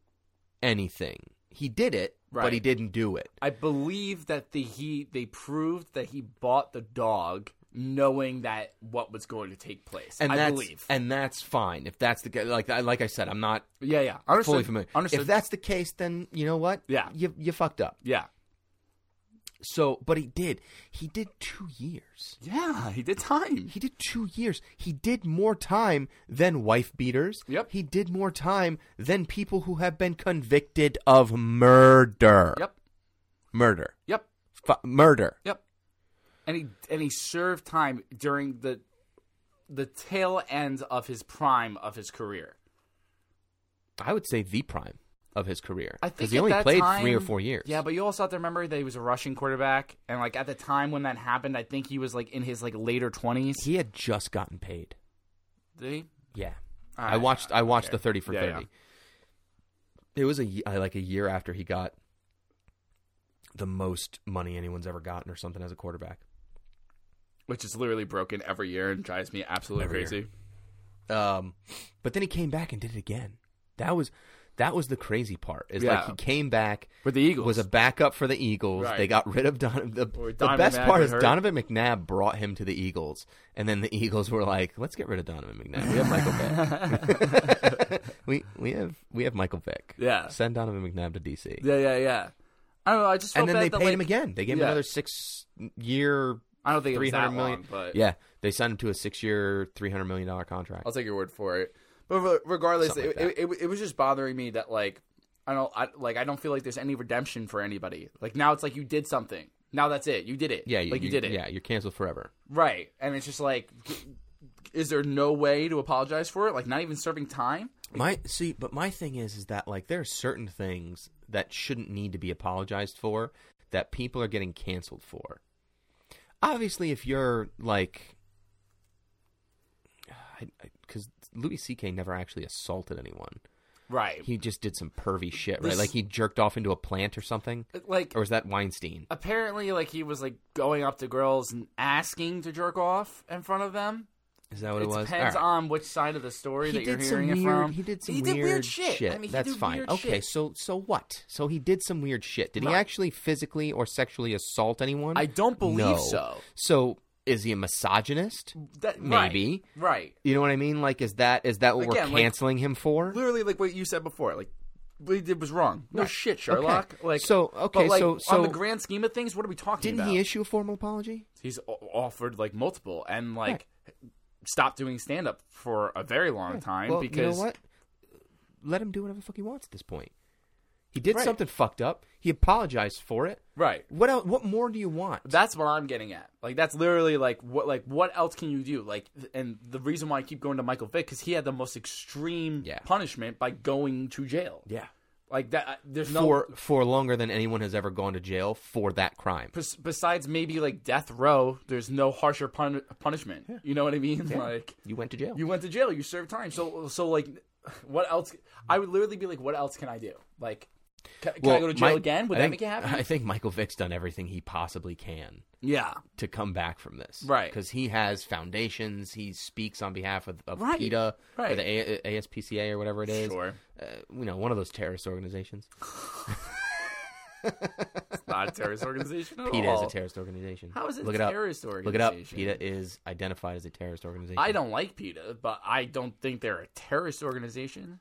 anything. He did it,
Right.
but he didn't do it.
I believe that the he they proved that he bought the dog knowing that what was going to take place.
And
I
that's
believe.
and that's fine. If that's the ca- like I- like I said, I'm not
yeah, yeah. Understood.
fully familiar.
Understood.
If that's the case, then you know what?
Yeah.
you you fucked up.
yeah.
So, but he did. He did two years.
Yeah, he did time.
He did two years. He did more time than wife beaters.
Yep.
He did more time than people who have been convicted of murder.
Yep.
Murder.
Yep.
F- murder.
Yep. And he and he served time during the the tail end of his prime of his career.
I would say the prime of his career.
I think
he
at
only
that
played
time-
three or four years.
Yeah, but you also have to remember that he was a Russian quarterback, and like at the time when that happened, I think he was like in his like later twenties.
he had just gotten paid.
Did he?
Yeah.
All
I
right,
watched. I watched the thirty for
Ah, Yeah, yeah.
thirty. It was a ye- I- like a year after he got the most money anyone's ever gotten or something as a quarterback.
Which is literally broken every year and drives me absolutely
Every year.
crazy.
Um, but then he came back and did it again. That was that was the crazy part. Is like
Yeah.
he came back
With the Eagles.
was a backup for the Eagles.
Right.
They got rid of Donovan. The,
Or
the
Donovan
best
McNabb
part
got
is
hurt.
Donovan McNabb brought him to the Eagles, and then the Eagles were like, "Let's get rid of Donovan McNabb. We have Michael Vick. we we have we have Michael Vick.
Yeah.
send Donovan McNabb to DC.
Yeah, yeah, yeah. I don't know. I just felt
and then
bad
they
that,
paid
like,
him again. They gave
Yeah.
him another six year.
I don't think it was that
300 million.
long, but
Yeah, they signed him to a six year, three hundred million dollar contract.
I'll take your word for it. But re- regardless,
Something
it,
like
it, it, it was just bothering me that like I don't I, like I don't feel like there's any redemption for anybody. Like now it's like you did something. Now that's it. You did it.
Yeah,
like you, did it.
Yeah, you're canceled forever.
Right. And it's just like, g- is there no way to apologize for it? Like not even serving time.
My see, but my thing is, is that like there are certain things that shouldn't need to be apologized for that people are getting canceled for. Obviously, if you're like, because Louis C.K. never actually assaulted anyone.
Right.
He just did some pervy shit, right?
This-
Like he jerked off into a plant or something,
like
or was that Weinstein?
Uh, apparently, like he was like going up to girls and asking to jerk off in front of them.
Is that what
it
it, was?
depends
All right.
on which side of the story
he
that you're
did
hearing
some
it
weird,
from.
He did some
he
weird,
did weird shit. I mean, he
That's
did
fine.
weird
okay,
shit.
so so what? So he did some weird shit. Did he
Right.
actually physically or sexually assault anyone?
I don't believe
No.
so.
So is he a misogynist?
That-
Maybe.
right, right.
You know what I mean? Like, is that is that what
Again,
we're
like-
canceling him for?
Literally, like what you said before, like. What he did was wrong. No
Right.
shit, Sherlock.
Okay.
Like
So, okay,
but, like,
so- so-
on the grand scheme of things, what are we talking
Didn't
about?
he issue a formal apology?
he's o- offered like multiple and like stopped doing stand up for a very long time
well,
because
you know what? Let him do whatever the fuck he wants at this point. He did
Right.
something fucked up. He apologized for it.
right
What else, What more do you want?
that's what I'm getting at. Like that's literally like what like what else can you do? Like th- and the reason why I keep going to Michael Vick cuz he had the most extreme
Yeah.
punishment by going to jail.
yeah.
Like that I- there's no
for for longer than anyone has ever gone to jail for that crime.
bes- besides maybe like death row, there's no harsher pun- punishment. You know what I mean? Like
You went to jail.
you went to jail, you served time. So so like what else I would literally be like what else can I do? Like ca- can, I go to jail
Mi-
again? Would
I
that
think-
make it happen?
I think Michael Vick's done everything he possibly can
yeah.
to come back from this,
Right.
Because he has foundations. He speaks on behalf of, of
Right.
PETA or
Right.
the A- ASPCA or whatever it is.
Sure.
Uh, you know, one of those terrorist organizations.
Not a terrorist organization at
PETA
all.
is a terrorist organization.
Oh. How is it
Look
a
it up.
terrorist
Look it up.
organization?
PETA is identified as a terrorist organization.
I don't like PETA, but I don't think they're a terrorist organization.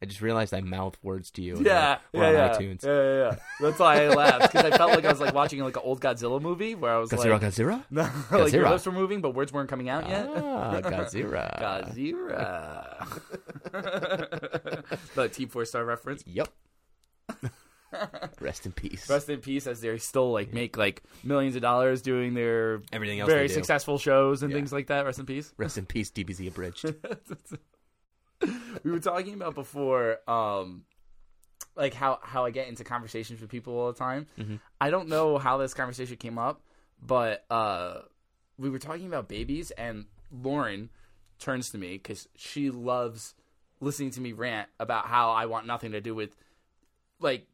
I just realized I mouthed words to you. and
Yeah,
we're
yeah,
on
yeah.
iTunes.
yeah, yeah, yeah. That's why I laughed because I felt like I was like watching like an old Godzilla movie where I was
Godzilla,
like,
Godzilla.
like your
Godzilla.
lips were moving but words weren't coming out yet.
Ah, Godzilla.
Godzilla. the T four star reference.
Yep. Rest in peace.
Rest in peace, as they still like make like millions of dollars doing their
Everything else
very
they do.
successful shows and
Yeah.
things like that. Rest in peace.
Rest in peace, DBZ abridged.
we were talking about before um like how how i get into conversations with people all the time i don't know how this conversation came up but uh we were talking about babies and lauren turns to me because she loves listening to me rant about how i want nothing to do with like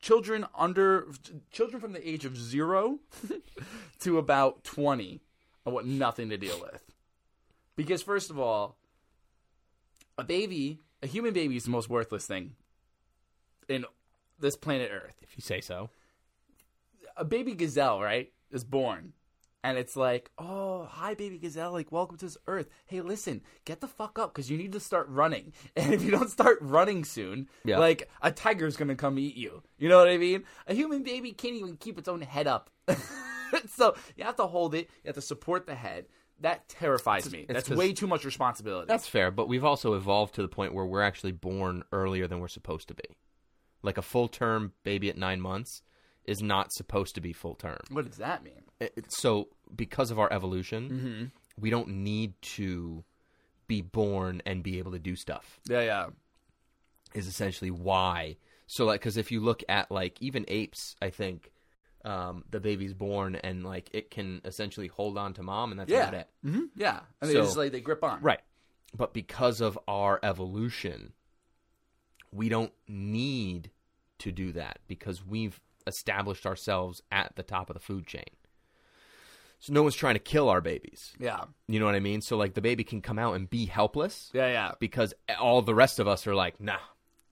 children under children from the age of zero to about 20 i want nothing to deal with because first of all a baby, a human baby is the most worthless thing in this planet Earth.
if you say so.
A baby gazelle, right, is born. And it's like, oh, hi, baby gazelle. Like, welcome to this earth. Hey, listen, get the fuck up because you need to start running. And if you don't start running soon,
Yeah.
like, a tiger's going to come eat you. You know what I mean? A human baby can't even keep its own head up. so you have to hold it, you have to support the head. That terrifies me. That's
'cause-
way too much responsibility.
That's fair, but we've also evolved to the point where we're actually born earlier than we're supposed to be. Like a full term baby at nine months is not supposed to be full term.
what does that mean?
It- Mm-hmm. it- So, because of our evolution, we don't need to be born and be able to do stuff,
Yeah, yeah.
is essentially why. So, like, because if you look at, like, even apes, I think um, the baby's born and like it can essentially hold on to mom, and that's
Yeah. Mm-hmm.
about it.
Yeah, and they
So-
just like they grip on.
Right. But because of our evolution, we don't need to do that because we've established ourselves at the top of the food chain. So no one's trying to kill our babies.
Yeah.
You know what I mean? So like the baby can come out and be helpless
Yeah. Yeah.
because all the rest of us are like, nah.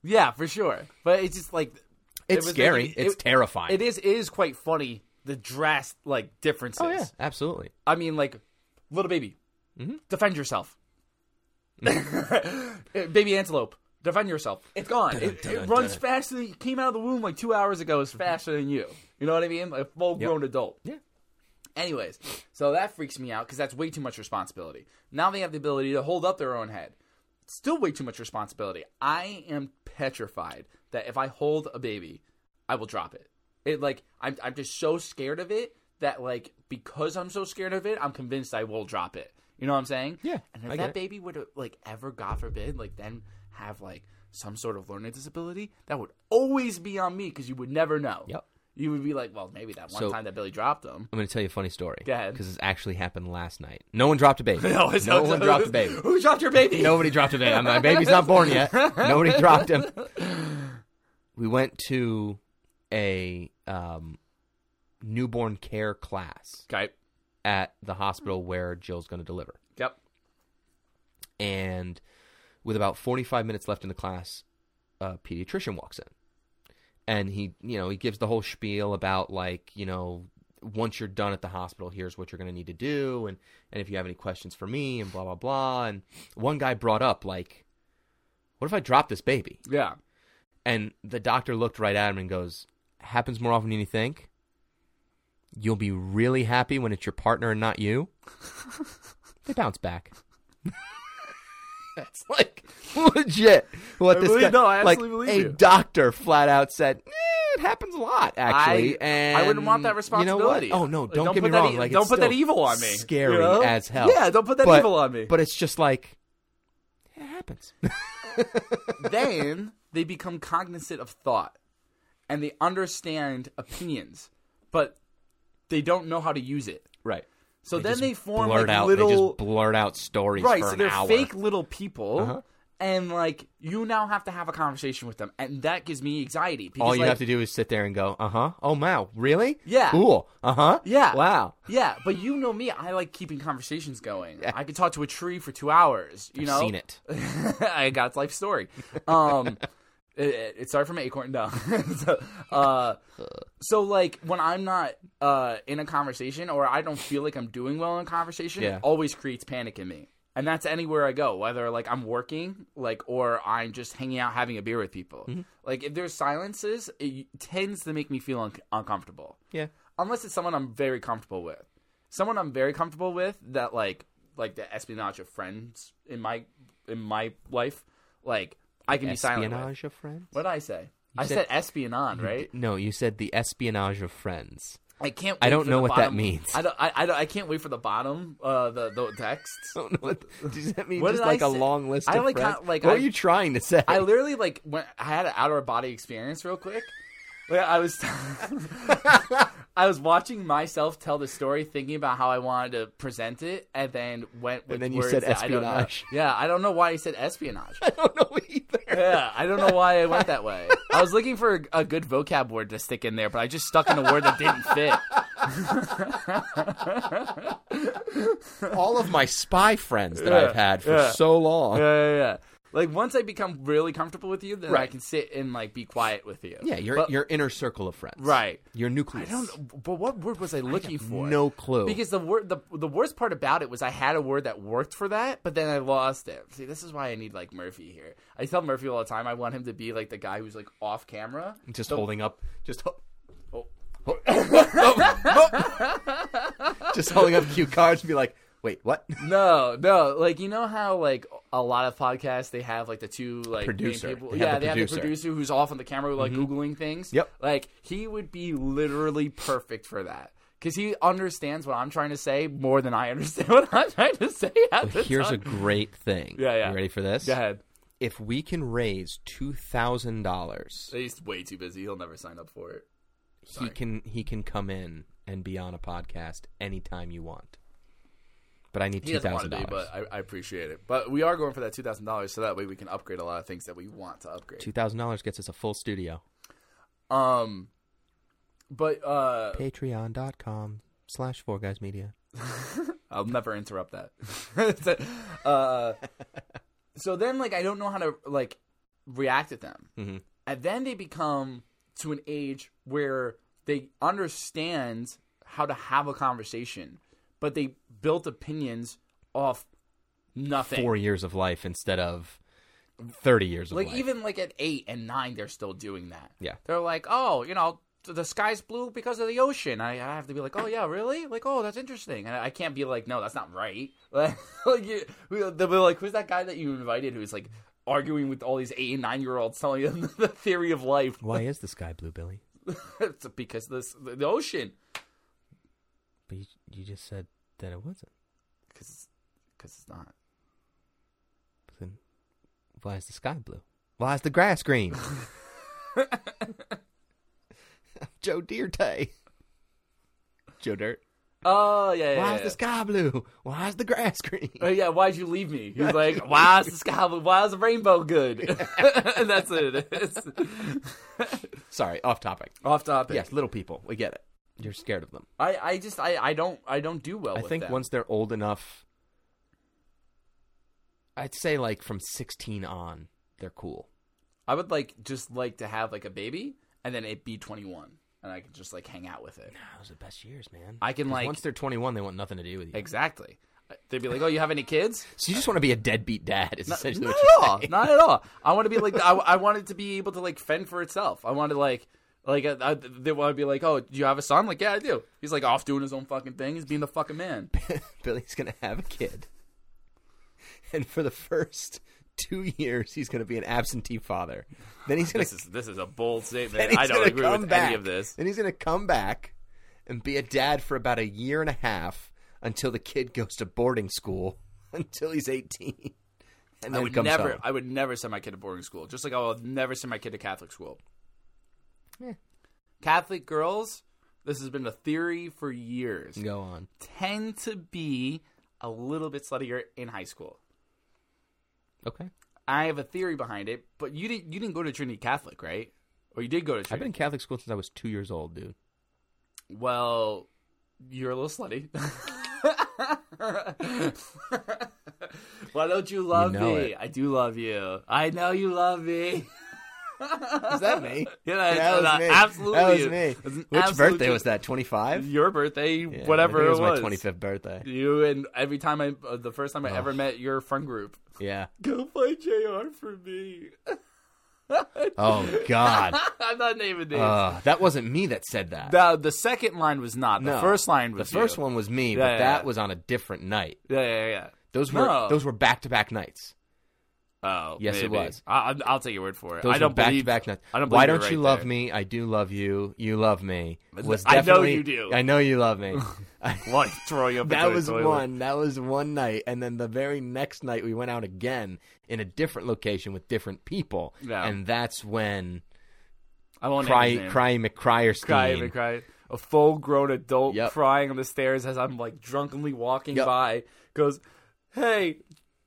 Yeah, for sure. But it's just like it
It's
was,
scary.
like,
it's
it-
terrifying.
It is. It is quite funny the drastic like differences.
Oh, yeah. Mm-hmm. Absolutely.
I mean, like little baby, defend yourself. Uh, baby antelope, defend yourself. It's gone. It, it runs faster. Than, it came out of the womb like two hours ago. It's faster than you. You know what I mean? Like a full grown adult.
Yeah.
Anyways, so that freaks me out because that's way too much responsibility. Now they have the ability to hold up their own head. Still way too much responsibility. I am petrified that if I hold a baby, I will drop it. It like I'm I'm just so scared of it that like because I'm so scared of it, I'm convinced I will drop it. You know what I'm saying?
Yeah,
And
I
if
get
that
it.
baby would have like ever, God forbid, like then have like some sort of learning disability, that would always be on me because you would never know.
Yep.
You would be like, well, maybe that one
So-
time that Billy dropped him.
I'm going to tell you a funny story.
Go ahead.
Because this actually happened last night. No one dropped a baby.
No, it's not-
one dropped a baby.
Who dropped your baby?
Nobody dropped a baby. My baby's not born yet. Nobody dropped him. We went to a um, newborn care class
Okay.
at the hospital where Jill's going to deliver.
Yep.
And with about 45 minutes left in the class, a pediatrician walks in. And he, you know, he gives the whole spiel about like, you know, once you're done at the hospital, here's what you're going to need to do and and if you have any questions for me and blah blah blah. And one guy brought up like what if I drop this baby?
Yeah.
And the doctor looked right at him and goes, "Happens more often than you think. You'll be really happy when it's your partner and not you." they bounce back. That's like legit. What
I
this
believe-
guy,
no, I
like
absolutely
a
believe you.
doctor flat out said. "Eh, It happens a lot, actually,
I-
and
I wouldn't want that
You know what?
responsibility.
Oh no,
Like,
don't,
don't
get me
put that
wrong.
e-
like,
don't
it's
put that
still
evil on me, you
Scary
know?
as hell.
Yeah, don't put that
But-
evil on me.
But it's just like it happens.
then they become cognizant of thought and they understand opinions, but they don't know how to use it.
right.
So
They
then
just
they form
blurt
like
out,
little
they just blurt out stories
right.
for
So
an
they're
hour.
fake little people.
Uh-huh.
And like you now have to have a conversation with them, and that gives me anxiety. Because,
All you
like,
have to do is sit there and go, uh huh. Oh wow, really?
Yeah.
Cool. Uh huh.
Yeah.
Wow.
Yeah, but you know me. I like keeping conversations going. I could talk to a tree for two hours. You know,
Seen it.
I got its life story. Um, it, it started from acorn. No, so, uh, so like when I'm not uh, in a conversation or I don't feel like I'm doing well in a conversation,
Yeah.
it always creates panic in me. And that's anywhere I go, whether like I'm working, like or I'm just hanging out having a beer with people.
Mm-hmm.
Like if there's silences, it tends to make me feel un- uncomfortable
Yeah.
unless it's someone I'm very comfortable with. Someone I'm very comfortable with that like like the espionage of friends in my in my life, like I can be silent. With.
Espionage of friends.
What did I say? I
said-
said, espionage, right?
No, you said the espionage of friends.
I can't.
I
wait
don't
for
know
the
what that
bottom-
means.
I don't. I, I don't. I can't wait for the bottom. Uh, the the texts.
I don't know what. Does that mean
What
just
did
like
I
a
say?
long list
I
of
like
friends?
how- like,
what
I-
are you trying to say?
I literally like when I had an out of body experience real quick. Like I was, I was watching myself tell the story, thinking about how I wanted to present it, and then went with
then you
words
said
that I don't know.
espionage.
Yeah, I don't know why I said espionage.
I don't know either.
yeah, I don't know why I went that way. I was looking for a, a good vocab word to stick in there, but I just stuck in a word that didn't fit.
All of my spy friends that
Yeah,
I've had for
yeah.
so long.
Yeah, yeah, yeah. Like once I become really comfortable with you, then I
Right.
can sit and like be quiet with you.
Yeah, your
But-
your inner circle of friends.
Right.
Your nucleus.
I don't. But what word was I looking for?
no clue.
Because the word, the the worst part about it was I had a word that worked for that, but then I lost it. See, this is why I need like Murphy here. I tell Murphy all the time I want him to be like the guy who's like off camera.
just holding up just ho-
Oh.
Oh. Oh. Oh. just holding up cue cards and be like wait what
No, no, like you know how like a lot of podcasts they have like the two like main
Producer.
people.
They have
yeah,
the
they have
producer. Mm-hmm.
the producer who's off on the camera like googling things.
Yep.
like he would be literally perfect for that. Because he understands what I'm trying to say more than I understand what I'm trying to say. At the
here's a
time.
great thing
Yeah, yeah.
you ready for this
Go ahead.
if we can raise $2000
He's way too busy. He'll never sign up for it.
he can he can come in and be on a podcast anytime you want. But I need
He
two
doesn't want
thousand
to be,
dollars.
but I, I appreciate it. But we are going for that two thousand dollars, so that way we can upgrade a lot of things that we want to upgrade.
Two thousand dollars gets us a full studio.
Um, but uh,
Patreon.com slash four guys media.
I'll never interrupt that. So, uh, so then, like, I don't know how to like react to them,
Mhm.
and then they become to an age where they understand how to have a conversation, but they built opinions off nothing.
Four years of life instead of thirty years of
like
life.
even like at eight and nine, they're still doing that.
Yeah.
they're like, oh, you know. The sky's blue because of the ocean. I, I have to be like, oh yeah, really? Like, oh, that's interesting. And I can't be like, no, that's not right. Like, you, they'll be like, who's that guy that you invited who's like arguing with all these eight and nine year olds, telling them the theory of life?
Why is the sky blue, Billy?
It's because this the ocean.
But you, you just said that it wasn't.
Because it's not.
But then why is the sky blue? Why is the grass green? Joe Deer Day. Joe Dirt.
Oh yeah, yeah.
Why
yeah.
is the sky blue? Why is the grass green?
Oh, yeah, why'd you leave me? He's like, why is the sky? blue? Why is the rainbow good? and that's what it is.
Sorry, off topic.
Off topic.
Yes, little people. We get it. You're scared of them.
I, I just I, I don't I don't do well.
I
with
think
them.
once they're old enough, I'd say like from 16 on, they're cool.
I would like just like to have like a baby and then it be twenty one and I can just like hang out with it.
Those are the best years, man.
I can,
'Cause
like-
once they're 21, they want nothing to do with you.
Exactly. They'd be like, "Oh, you have any kids?"
so you just want to be a deadbeat dad, is essentially
Not
what
at
you're
all.
saying.
Not at all. I want to be like I, I wanted to be able to like fend for itself. I want to like like I, I- they want to be like, "Oh, do you have a son?" Like, "Yeah, I do." He's like off doing his own fucking thing. He's being the fucking man.
Billy's going to have a kid. And for the first two years, he's going to be an absentee father. Then he's going
This
to
is this is a bold
then
statement.
he's
I don't
gonna
agree
come
with
back.
any of this.
Then he's going to come back and be a dad for about a year and a half until the kid goes to boarding school until he's 18. And
I
then
would
comes
never
home.
I would never send my kid to boarding school. Just like I will never send my kid to Catholic school. Catholic girls, this has been a theory for years,
Go on.
tend to be a little bit sluttier in high school.
Okay.
I have a theory behind it, but you didn't you didn't go to Trinity Catholic, right? Or you did go to
I've
Trinity.
been in Catholic school since I was two years old, dude.
Well, you're a little slutty. Why don't you love
know
me?
it.
I do love you. I know you love me.
Is that me?
Yeah,
that
no,
was
no,
me.
absolutely.
That was
It was
me.
an
Which
absolute
birthday
joke.
was that? Twenty five.
Your birthday, whatever
it
it
was,
was.
my twenty fifth birthday.
You and every time I, uh, the first time I ever met your friend group,
Yeah.
go play Jr. for me.
Oh God.
I'm not naming names.
Uh, that wasn't me that said that.
the the second line was not. The
No.
first line was
the first
you.
one was me,
Yeah,
but
yeah,
that
yeah.
was on a different night.
Yeah, yeah, yeah.
Those were
No.
those were back to back nights.
Oh,
Yes, it
maybe.
was.
I, I'm- I'll take your word for it.
Those
I don't
were back
believe.
to back nights.
I don't.
Why
believe
don't
you're
you
right
love
there.
me? I do love you. You love me. Was
I know
definitely-
you do.
I know you love me.
Like throwing up. into
that
a
was
toilet.
one. That was one night, and then the very next night we went out again in a different location with different people,
Yeah.
and that's when
I won't name his
Cry
name.
Cry McCrierstein.
cry, even cry. A full grown adult
Yep.
crying on the stairs as I'm like drunkenly walking
Yep.
by goes, Hey,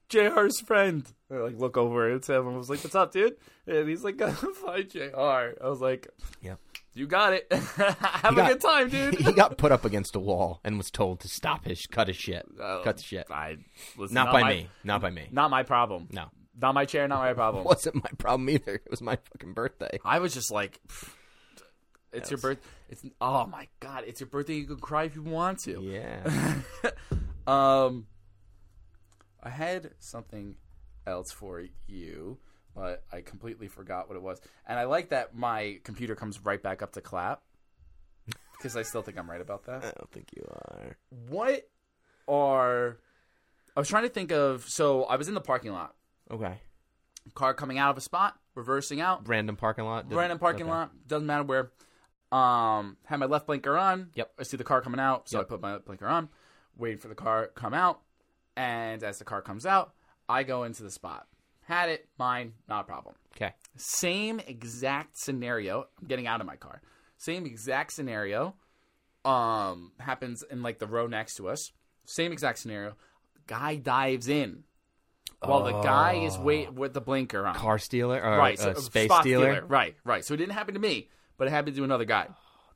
JR's friend. And I like look over at him and I was like, What's up, dude? And he's like, Find JR. I was like,
Yep.
You got it. Have
got-
a good time, dude.
he got put up against a wall and was told to stop his cut his shit,
Oh,
cut the shit.
I, listen,
Not, by
my-
me. Not by me.
Not my problem.
no,
Not my chair, not my problem.
wasn't my problem either. It was my fucking birthday.
I was just like, pfft, It's your birth. It's oh my god! It's your birthday. You can cry if you want to.
Yeah.
Um, I had something else for you, but I completely forgot what it was. And I like that my computer comes right back up to clap because I still think I'm right about that.
I don't think you are.
What are I was trying to think of. So I was in the parking lot,
Okay.
car coming out of a spot, reversing out,
Random parking lot. doesn't-
random parking
okay.
lot, doesn't matter where. Um, had my left blinker on.
Yep.
I see the car coming out, so
Yep.
I put my blinker on, waiting for the car to come out, and as the car comes out, I go into the spot. Had it, mine, not a problem.
Okay.
Same exact scenario. I'm getting out of my car. Same exact scenario um, happens in like the row next to us. Same exact scenario. Guy dives in while the guy is wait with the blinker on.
Oh. Car stealer or
right,
uh,
so-
space
spot
stealer.
Right, right. So it didn't happen to me, but it happened to another guy.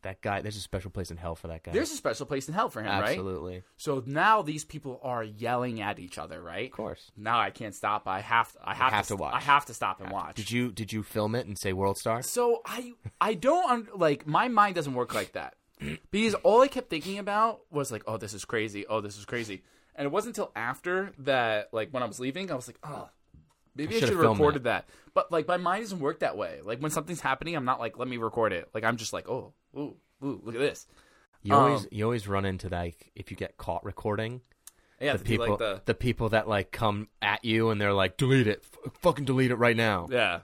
That guy. There's a special place in hell for that guy.
There's a special place in hell for him, right?
absolutely.
So now these people are yelling at each other, right? Of
course.
Now I can't stop. I have. I have,
have
to,
to watch.
I have to stop and watch.
Did you did you film it and say World Star?
So I I don't un- like my mind doesn't work like that because all I kept thinking about was like oh this is crazy oh this is crazy and it wasn't until after that like when I was leaving I was like oh maybe I should
should've
have
filmed
recorded that. but like my mind doesn't work that way like when something's happening I'm not like let me record it like I'm just like oh ooh ooh look at this
You always
Um,
you always run into like if you get caught recording
yeah
the
to do,
people
like
the...
the,
people that like come at you and they're like delete it F- fucking delete it right now.
yeah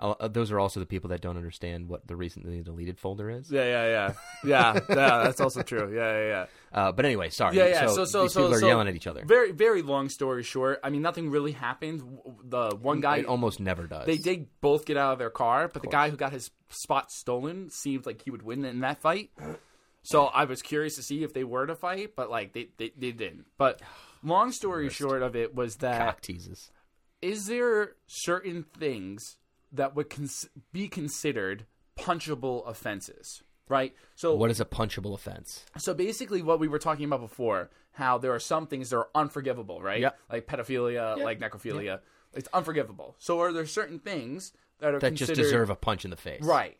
I'll- uh, those are also the people that don't understand what the recently deleted folder is.
yeah yeah yeah yeah yeah that's also true yeah yeah yeah.
Uh, but anyway, sorry.
Yeah, yeah. So, so, so,
these people are
so-
yelling at each other.
Very, very long story short. I mean, nothing really happened. W- The one guy
it almost never does.
They did both get out of their car, but the guy who got his spot stolen seemed like he would win in that fight. So I was curious to see if they were to fight, but like they they, they didn't. But long story short of it was that
cock teases.
is there certain things that would cons- be considered punchable offenses, right? So
What is a punchable offense?
so basically, what we were talking about before, how there are some things that are unforgivable, right?
Yep.
Like pedophilia, like necrophilia. It's unforgivable. So are there certain things that are
That
considered,
just deserve a punch in the face.
right?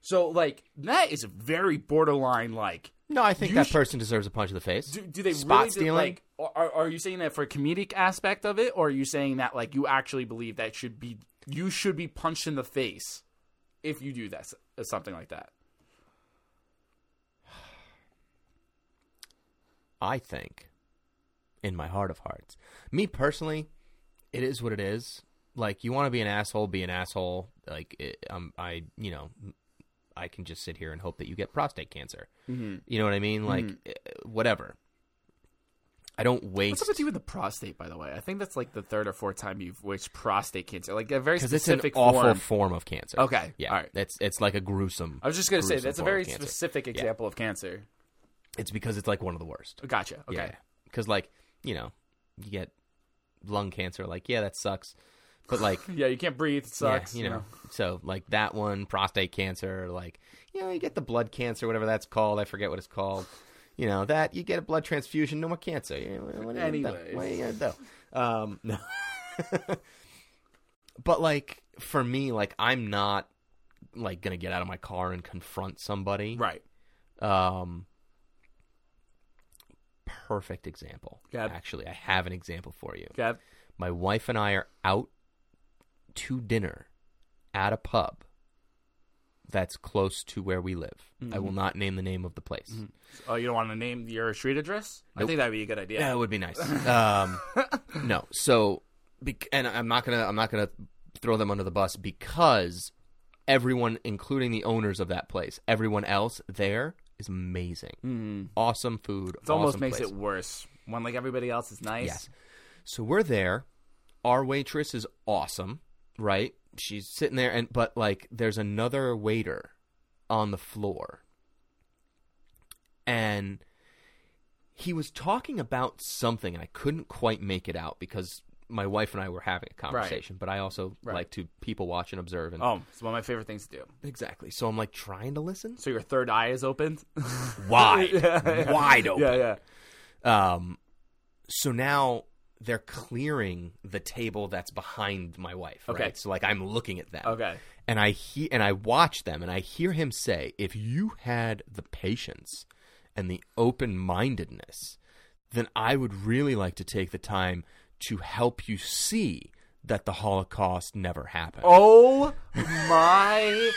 So like that is very borderline. Like,
No, I think
You
that
sh-
person deserves a punch in the face.
do, do they
Spot
really do-
stealing?
like? Are, are you saying that for a comedic aspect of it, or are you saying that like you actually believe that should be you should be punched in the face if you do that something like that?
I think, in my heart of hearts, me personally, it is what it is. Like, you want to be an asshole, be an asshole. Like, it, um, I, you know, I can just sit here and hope that you get prostate cancer. Mm-hmm. You know what I mean? Like, eh, whatever. I don't waste
Mm-hmm. What's up with you with the prostate, by the way? I think that's like the third or fourth time you've wished prostate cancer, like a very
because it's an
specific
awful
form.
form of cancer.
Okay,
yeah,
all right.
It's it's like a gruesome.
I was just gonna say
gruesome
that's a
form of
very
cancer.
specific example of cancer.
It's because it's like one of the worst.
Gotcha. Okay.
because like you know, you get lung cancer. Like yeah, that sucks, but like
Yeah, you can't breathe. It
yeah,
sucks.
you know. So like that one, prostate cancer. Like you know, you get the blood cancer, whatever that's called. I forget what it's called. You know that you get a blood transfusion, no more cancer. You know, what are you gonna do? what are you gonna do? Um, no. but like for me, like I'm not like gonna get out of my car and confront somebody.
Right.
Um, perfect example.
Gab.
Actually, I have an example for you.
Okay.
My wife and I are out to dinner at a pub that's close to where we live. I
Mm-hmm.
will not name the name of the place.
Oh, you don't want to name your street address? I think that'd be a good idea.
That would be nice. Um, no, so bec- and I'm not gonna I'm not gonna throw them under the bus because everyone, including the owners of that place, everyone else there is amazing, awesome food.
It Mm-hmm. almost
awesome
makes
place.
it worse when like everybody else is nice.
Yes. So we're there. Our waitress is awesome, right? She's sitting there, and but like there's another waiter on the floor, and he was talking about something, and I couldn't quite make it out because my wife and I were having a conversation. But I also
Right.
like to people watch and observe, and
Oh, it's one of my favorite things to do.
exactly. So I'm like trying to listen
So your third eye is opened.
wide, wide open.
yeah, yeah.
Um, so now they're clearing the table that's behind my wife.
Okay.
Right? So like I'm looking at them.
Okay.
And I he- and I watch them and I hear him say, "If you had the patience and the open-mindedness, then I would really like to take the time to help you see that the Holocaust never happened."
Oh my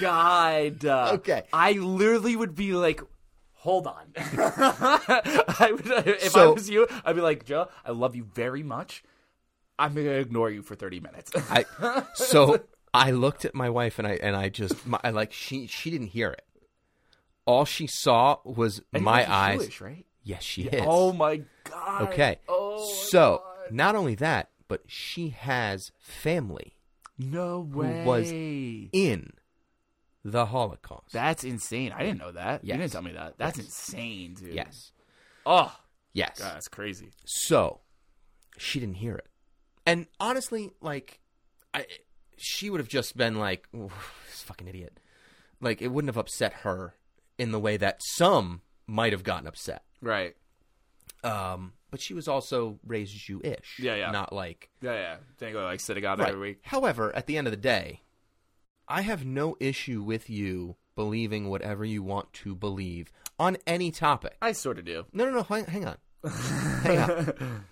god.
Okay.
I literally would be like, hold on. I would, if I
So-
was you, I'd be like, Joe, I love you very much. I'm going to ignore you for 30 minutes.
I so I looked at my wife and I and I just my, I like she she didn't hear it. All she saw was
And
my
she's
eyes.
Jewish, right?
Yes, she is.
Oh my god.
Okay.
Oh,
so not only that, but she has family
no way.
was in the Holocaust.
That's insane. I didn't know that.
Yes.
You didn't tell me that. That's insane, dude.
yes.
Oh,
Yes.
God, that's crazy.
So she didn't hear it. And honestly, like I she would have just been like "Ooh, this fucking idiot. Like it wouldn't have upset her in the way that some might have gotten upset.
Right.
Um but she was also raised Jewish.
Yeah, yeah.
Not like
Yeah, yeah. Didn't go like synagogue
Right.
every week.
However, at the end of the day, I have no issue with you believing whatever you want to believe on any topic.
I sort of do.
No, no, no. Hang, hang on. Hang on.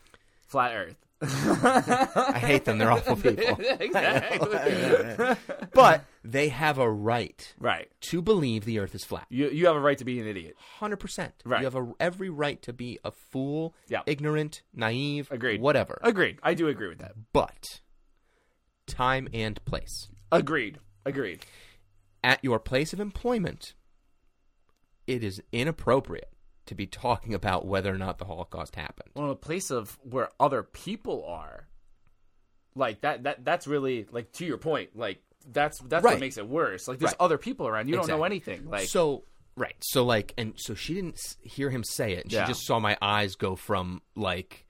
Flat Earth.
I hate them. They're awful people.
exactly.
But they have a right
right.
to believe the earth is flat.
You you have a right to be an idiot.
100%.
Right.
You have a, every right to be a fool,
Yeah.
ignorant, naive,
Agreed.
whatever.
Agreed. I do agree with that.
but time and place.
Agreed. Agreed.
at your place of employment, it is inappropriate to be talking about whether or not the Holocaust happened.
Well, a place of where other people are, like that that that's really like to your point. Like that's that's
Right.
what makes it worse. Like there's
Right.
other people around. You don't know
Exactly.
anything. Like
so, right. So, like, and so she didn't s- hear him say it. And
Yeah.
She just saw my eyes go from like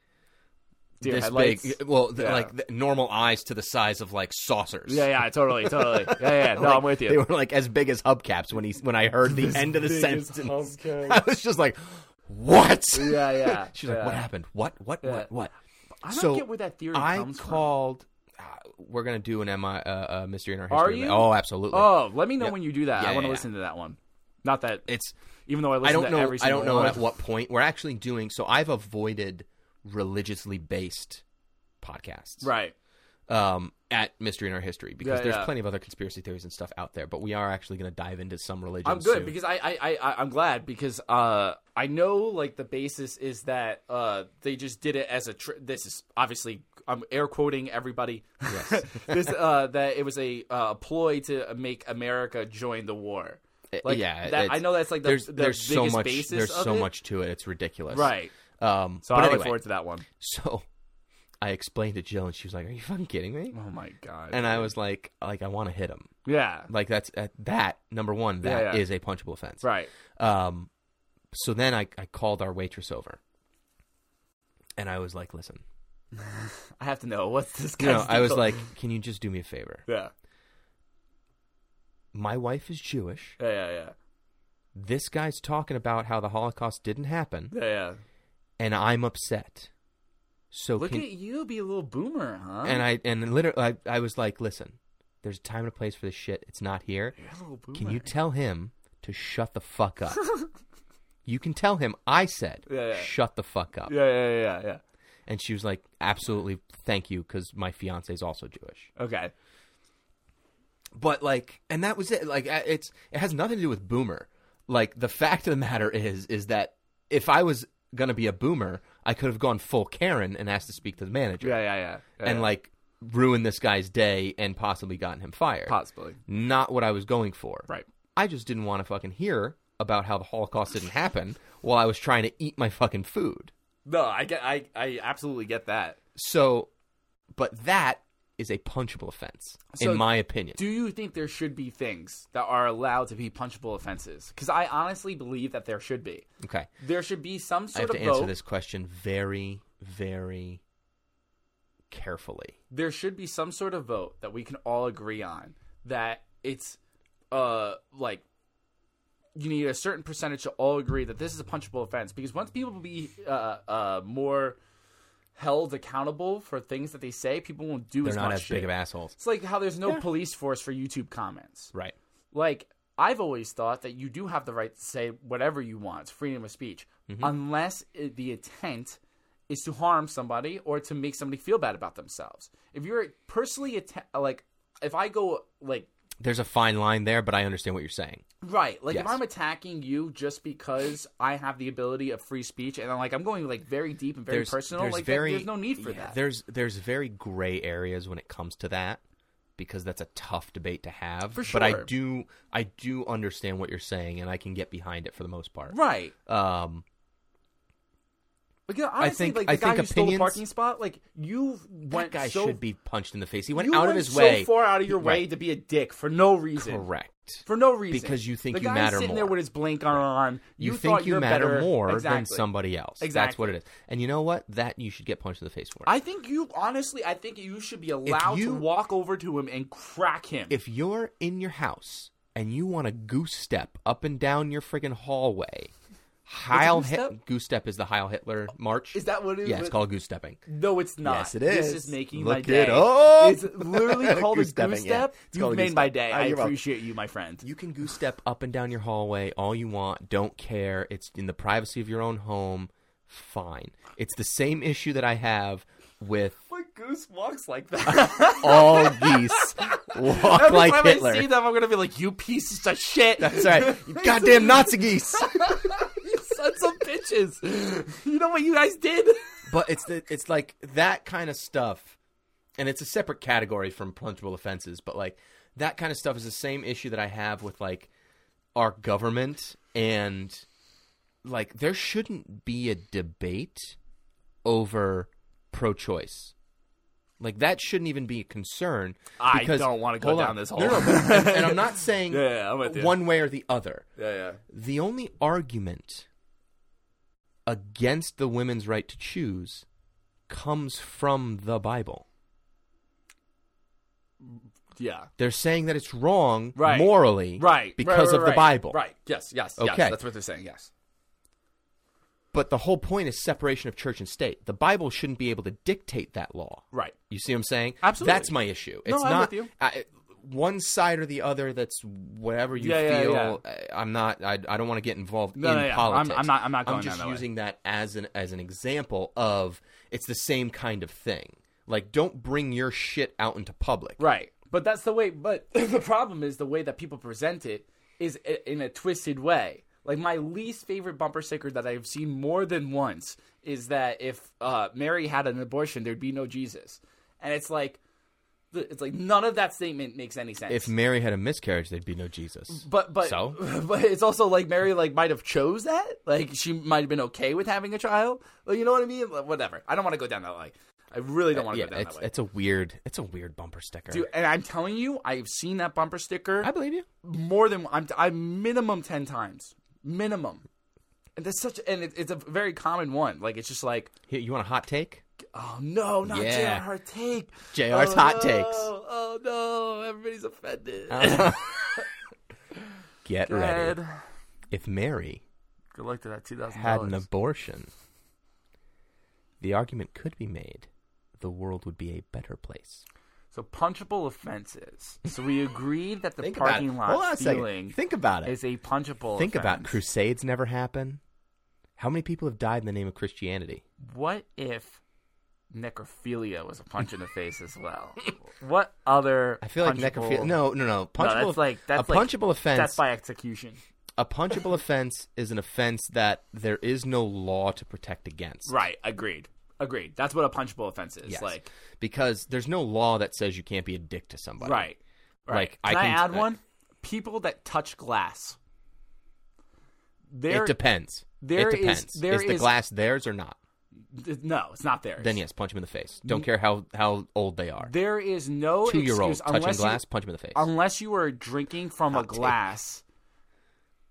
deer
this
headlights.
big, well, th-
Yeah.
like the normal eyes to the size of like saucers.
yeah, yeah, totally, totally. Yeah, yeah. No,
Like,
I'm with you.
They were like as big as hubcaps when he when I heard the end of the sentence. I was just like, "What?"
Yeah, yeah.
She's like, "What
yeah.
happened? What? What? What? What?"
I don't
So,
get where that theory
I
comes from.
called. ah, We're gonna do an MI, uh, uh, mystery in our
Are
history.
you?
Oh, absolutely.
Oh, let me know
Yeah.
when you do that.
Yeah,
I want
yeah,
to
yeah.
listen to that one. Not that
it's.
even though I listen
I don't
to
know.
every
I
single
don't know
one.
at what point we're actually doing. So I've avoided religiously based podcasts,
Right.
Um, at mystery in our history because
Yeah,
there's
yeah.
plenty of other conspiracy theories and stuff out there. But we are actually gonna dive into some religion.
I'm good
soon.
because I, I, I- I I'm glad because uh I know like the basis is that uh they just did it as a tr- this is obviously I'm air quoting everybody yes this uh that it was a uh, ploy to make America join the war like
yeah,
that,
it's-
I know that's like the,
there's
the
there's
biggest
so much
basis
there's
of
so
it.
much to it. It's ridiculous,
right
Um,
so
but
I look
anyway,
forward to that one.
so I explained to Jill and she was like, "Are you fucking kidding me?"
Oh my god
And I was like, "Like I want to hit him."
yeah
Like that's at that number one. That is
Yeah, yeah.
a punchable offense.
right
Um, so then I, I called our waitress over, and I was like, "Listen,
I have to know what's this
you
guy
know, I was like, can you just do me a favor?
yeah
My wife is Jewish.
yeah yeah yeah
This guy's talking about how the Holocaust didn't happen,
yeah yeah
and I'm upset. So
look
can
at you be a little boomer huh
and I and literally I, I was like, listen, there's a time and a place for this shit. It's not here.
You're a little boomer.
Can you tell him to shut the fuck up? you can tell him I said
Yeah, yeah.
shut the fuck up.
yeah yeah yeah yeah
And she was like, absolutely, thank you, because my fiance is also Jewish.
okay.
But like, and that was it. Like, I- it's it has nothing to do with boomer. Like, the fact of the matter is, is that if I was gonna be a boomer, I could have gone full Karen and asked to speak to the manager,
Yeah, yeah, yeah. Yeah,
and
yeah.
like ruined this guy's day and possibly gotten him fired.
possibly.
Not what I was going for.
Right.
I just didn't want to fucking hear about how the Holocaust didn't happen while I was trying to eat my fucking food.
No, I get I I absolutely get that.
So, but that is a punchable offense,
So,
in my opinion.
Do you think there should be things that are allowed to be punchable offenses? Cuz I honestly believe that there should be.
okay,
There should be some
I
sort
have to
of
answer
vote.
this question very, very carefully.
There should be some sort of vote that we can all agree on that it's uh like you need a certain percentage to all agree that this is a punchable offense because once people be uh, uh, more held accountable for things that they say, people won't do
They're
as
not
much
as big
shit.
of assholes,
It's like how there's no police force for YouTube comments.
right?
Like I've always thought that you do have the right to say whatever you want, it's freedom of speech,
Mm-hmm.
unless it, the intent is to harm somebody or to make somebody feel bad about themselves. If you're personally atta- like if I go like
There's a fine line there, but I understand what you're saying.
Right. Like if
Yes.
I'm attacking you just because I have the ability of free speech and I'm like I'm going like very deep and very
there's,
personal,
there's
like that-
very,
there's no need for
yeah,
that.
There's there's very gray areas when it comes to that because that's a tough debate to have.
For
But I
sure.
do I do Um, understand what you're saying, and I can get behind it for the most part.
right.
Um,
Like, you know, honestly,
think-
like the
I
guy
think
who stole the
opinions-
parking spot, like you
That
went
guy
so,
should be punched in the face. He went
you
out
went
of his
so
way.
far out of your way
Right.
to be a dick for no reason.
Correct.
For no reason.
Because you think
the
you
guy's
matter
sitting there
more.
with his blinker on.
You,
You,
think
thought
you
you're
matter
better.
more than
Exactly.
somebody else. That's what
Exactly.
it is. And you know what? That you should get punched in the face for.
I think you honestly. I think you should be allowed
you-
to walk over to him and crack him.
if you're in your house and you want to goose step up and down your friggin' hallway, Heil
goose
Hitler
step?
goose step is the Heil Hitler march.
Is that what it is?
Yeah, it's called goose stepping.
No, it's not.
Yes, it
This
is.
is making my
Look
day.
it up.
It's literally called a goose
Goose-stepping,
step.
yeah. It's called
You've
a
made
goose
my
step.
day.
Ah,
I
you're welcome.
appreciate you, my friend.
You can goose step up and down your hallway all you want. Don't care. It's in the privacy of your own home. Fine. It's the same issue that I have with
My goose walks like that.
all geese walk
Every
like
time
Hitler.
I see them, I'm gonna be like, "You pieces of shit!
That's right. You goddamn Nazi geese.
you sons of bitches! You know what you guys did?
But it's the, it's like that kind of stuff, and it's a separate category from punchable offenses. But like that kind of stuff is the same issue that I have with like our government and like there shouldn't be a debate over pro-choice. Like that shouldn't even be a concern.
I
because-
don't wanna go
hold on.
down this
No, no,
hole.
but- and, and I'm not saying
Yeah, yeah, I'm with you.
one way or the other
Yeah, yeah.
the only argument against the women's right to choose comes from the Bible.
Yeah.
They're saying that it's wrong
Right.
morally
Right.
because
right,
of the
right,
Bible.
Right. Yes, yes, yes.
Okay.
That's what they're saying, yes.
But the whole point is separation of church and state. The Bible shouldn't be able to dictate that law.
Right.
You see what I'm saying?
Absolutely.
That's my issue.
No,
It's
I'm
not
with you.
I, one side or the other that's whatever you
Yeah, yeah,
feel.
yeah.
I, I'm not I, I don't want to get involved
No,
in
no, yeah. I'm-
politics.
I'm not- I'm not going
I'm just
down that way.
using that as an as an example of it's the same kind of thing. Like don't bring your shit out into public.
Right. But that's the way. But the problem is the way that people present it is i- in a twisted way. Like my least favorite bumper sticker that I've seen more than once is that if uh, Mary had an abortion, there'd be no Jesus, and it's like, th- it's like none of that statement makes any sense.
If Mary had a miscarriage, there'd be no Jesus.
but but
so
but it's also like Mary like might have chose that. Like she might have been okay with having a child. Like, you know what I mean? Like, whatever. I don't want to go down that way. I really don't want to
Uh, yeah,
go down
it's
that way.
it's a weird it's a weird bumper sticker.
Dude, and I'm telling you, I've seen that bumper sticker.
I believe you.
more than I'm, I'm minimum ten times, minimum. And that's such, and it, it's a very common one. Like it's just like,
Here, you want a hot take?
oh no, not
Yeah.
JR take.
JR's
Oh,
hot
no.
takes.
Oh no, everybody's offended.
Get ready.
Red.
If Mary
Good luck to that two thousand
had an
dollars.
abortion, the argument could be made the world would be a better place.
So punchable offenses. So we agreed that the
Think about
parking
it.
lot
Hold on a second.
stealing
Think about it.
is a punchable.
Think about
offense.
crusades never happen. How many people have died in the name of Christianity?
What if necrophilia was a punch in the face as well? What other?
I feel like
punchable-
necrophilia. No, no, no.
No,
Punchable.
that's like that's
a
like
punchable offense.
That's by execution.
a punchable offense is an offense that there is no law to protect against.
Right. Agreed. Agreed. That's what a punchable offense is.
Yes.
Like
because there's no law that says you can't be a dick to somebody.
right. Right.
Like, I
can I,
can-
add
I-
one? People that touch glass. There,
It depends.
there
it
is-
depends.
there
is the
is-
glass theirs or not?
d- no, it's not theirs.
Then yes, punch them in the face. Don't care how how old they are.
There is no
Two year old
excuse
touching
unless
glass,
You,
punch him in the face.
unless you are drinking from
Hot
a
take.
glass.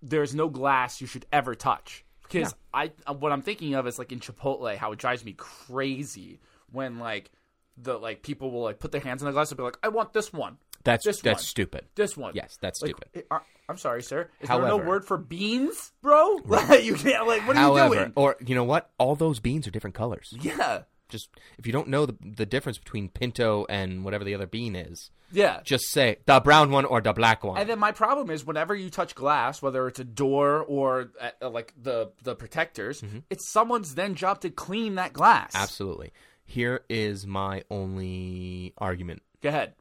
There's no glass you should ever touch because I uh, what I'm thinking of is like in Chipotle how it drives me crazy when like the like people will like put their hands on the glass and be like I want this one
that's
this
that's
one.
stupid.
This one.
Yes, that's
Like,
stupid.
I- I'm sorry, sir. Is there
However-
no word for beans, bro? you can't. Like, what are
However, oh,
you doing?
or you know what? All those beans are different colors.
yeah,
Just if you don't know the, the difference between pinto and whatever the other bean is,
yeah.
just say the brown one or the black one.
and then my problem is whenever you touch glass, whether it's a door or uh, like the the protectors,
Mm-hmm.
it's someone's then job to clean that glass.
Absolutely. Here is my only argument.
Go ahead.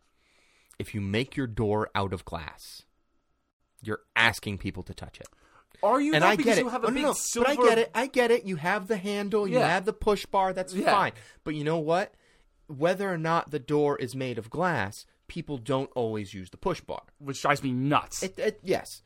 If you make your door out of glass, you're asking people to touch it.
Are you?
and
not
I
because
get it.
You have a
Oh, no,
big
no,
silver.
But I get it. I get it. You have the handle. You
Yeah.
have the push bar. That's
Yeah.
fine. But you know what? Whether or not the door is made of glass, people don't always use the push bar.
which drives me nuts.
It, it, yes,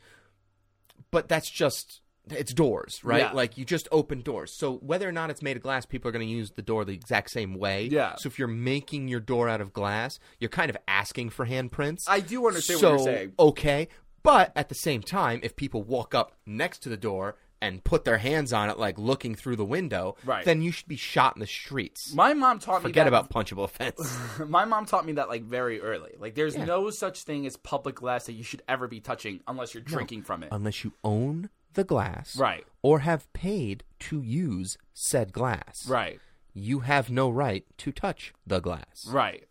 but that's just it's doors, right?
Yeah.
Like you just open doors. So whether or not it's made of glass, people are going to use the door the exact same way.
Yeah.
So if you're making your door out of glass, you're kind of asking for handprints.
I do understand
so,
what you're saying.
Okay, but at the same time, if people walk up next to the door and put their hands on it, like looking through the window,
Right.
then you should be shot in the streets.
My mom taught me
Forget
that-
about punchable offense.
my mom taught me that like very early. Like there's no such thing as public glass that you should ever be touching unless you're drinking from it.
unless you own the glass,
Right.
or have paid to use said glass,
right.
You have no right to touch the glass.
Right.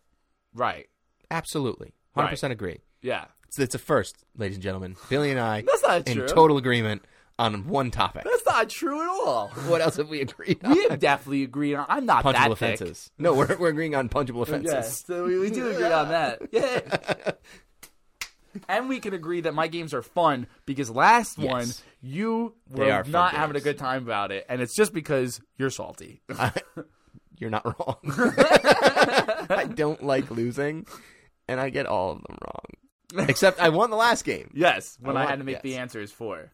Right.
Absolutely,
Right.
hundred percent agree.
Yeah.
It's, it's a first, ladies and gentlemen. Billy and I
That's not
in
true.
total agreement on one topic.
That's not true at all.
what else have we agreed on?
We have definitely agreed on I'm not that
punchable
thick.
offenses. No, we're, we're agreeing on punchable offenses.
Yeah, so we, we do agree on that. Yeah. and we can agree that my games are fun because last
Yes.
one you
They
were
are fun
not having a
games.
good time about it, and it's just because you're salty.
You're not wrong. I don't like losing, and I get all of them wrong. Except I won the last game.
yes, when
I
I,
want-
had to make the
yes.
answers for.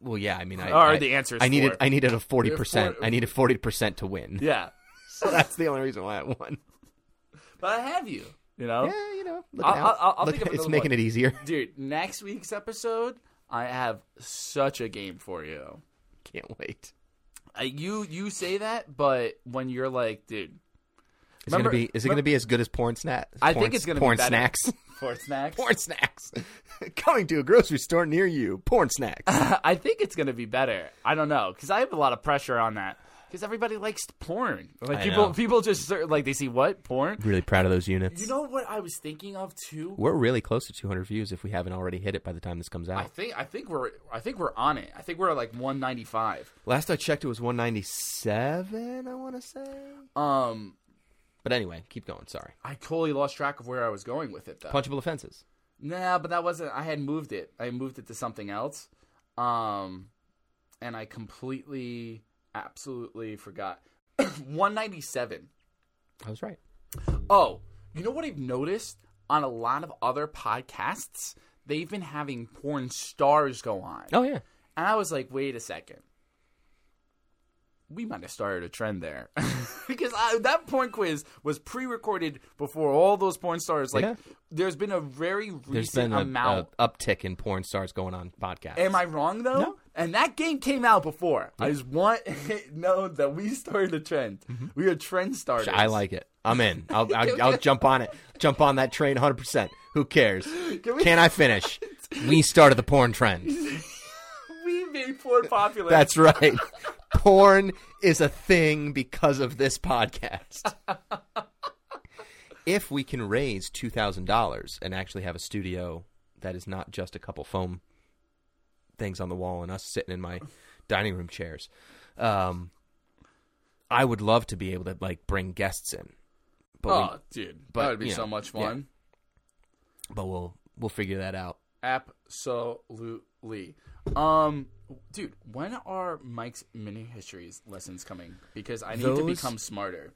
Well, yeah, I mean, I,
Or
I-
the answer is
I needed,
four.
I needed a forty percent.
four-
I needed forty percent to win.
Yeah,
So that's the only reason why I won.
but I have you. You know,
Yeah, you know, look
I'll-
out.
I'll- I'll
Look,
think of
it's
another
making
one.
it easier.
dude. Next week's episode, I have such a game for you.
Can't wait.
I, you you say that, but when you're like, dude,
It's gonna
Remember-
be. Is it gonna be as good as porn snacks?
I think it's gonna be
porn
better.
snacks.
for snacks,
porn snacks. Coming to a grocery store near you. Porn snacks.
I think it's gonna be better. I don't know because I have a lot of pressure on that because everybody likes porn. Like
I
people,
know.
people just ser- like they see what porn.
really proud of those units.
You know what I was thinking of too.
We're really close to 200 views if we haven't already hit it by the time this comes out.
I think I think we're I think we're on it. I think we're at like 195.
Last I checked, it was 197, I want to say.
Um,
But anyway, keep going. Sorry.
I totally lost track of where I was going with it though.
Punchable offenses.
Nah, but that wasn't. I had moved it. I moved it to something else, um, and I completely, absolutely forgot. 197.
I was right.
Oh, you know what I've noticed on a lot of other podcasts? They've been having porn stars go on,
Oh, yeah.
and I was like, wait a second. We might have started a trend there because I, that porn quiz was pre-recorded before all those porn stars. Like,
Yeah.
there's been a very
There's
recent
been a,
amount
a uptick in porn stars going on podcasts.
Am I wrong though?
No.
And that game came out before. I just want it known that we started a trend. We are trend starters.
Mm-hmm. I like it. I'm in. I'll, I'll, I'll jump on it. Jump on that train 100%. Who cares? Can,
we-
I finish? we started the porn trend.
We made porn popular.
That's right. porn is a thing because of this podcast. if we can raise $2,000 and actually have a studio that is not just a couple foam things on the wall and us sitting in my dining room chairs, um, I would love to be able to like bring guests in. But we-
oh, dude, that
but,
would be
you
so
know,
much
yeah.
fun.
but we'll we'll figure that out.
Absolutely. Um, dude, when are Mike's mini histories lessons coming? Because I need to
Those-
become smarter.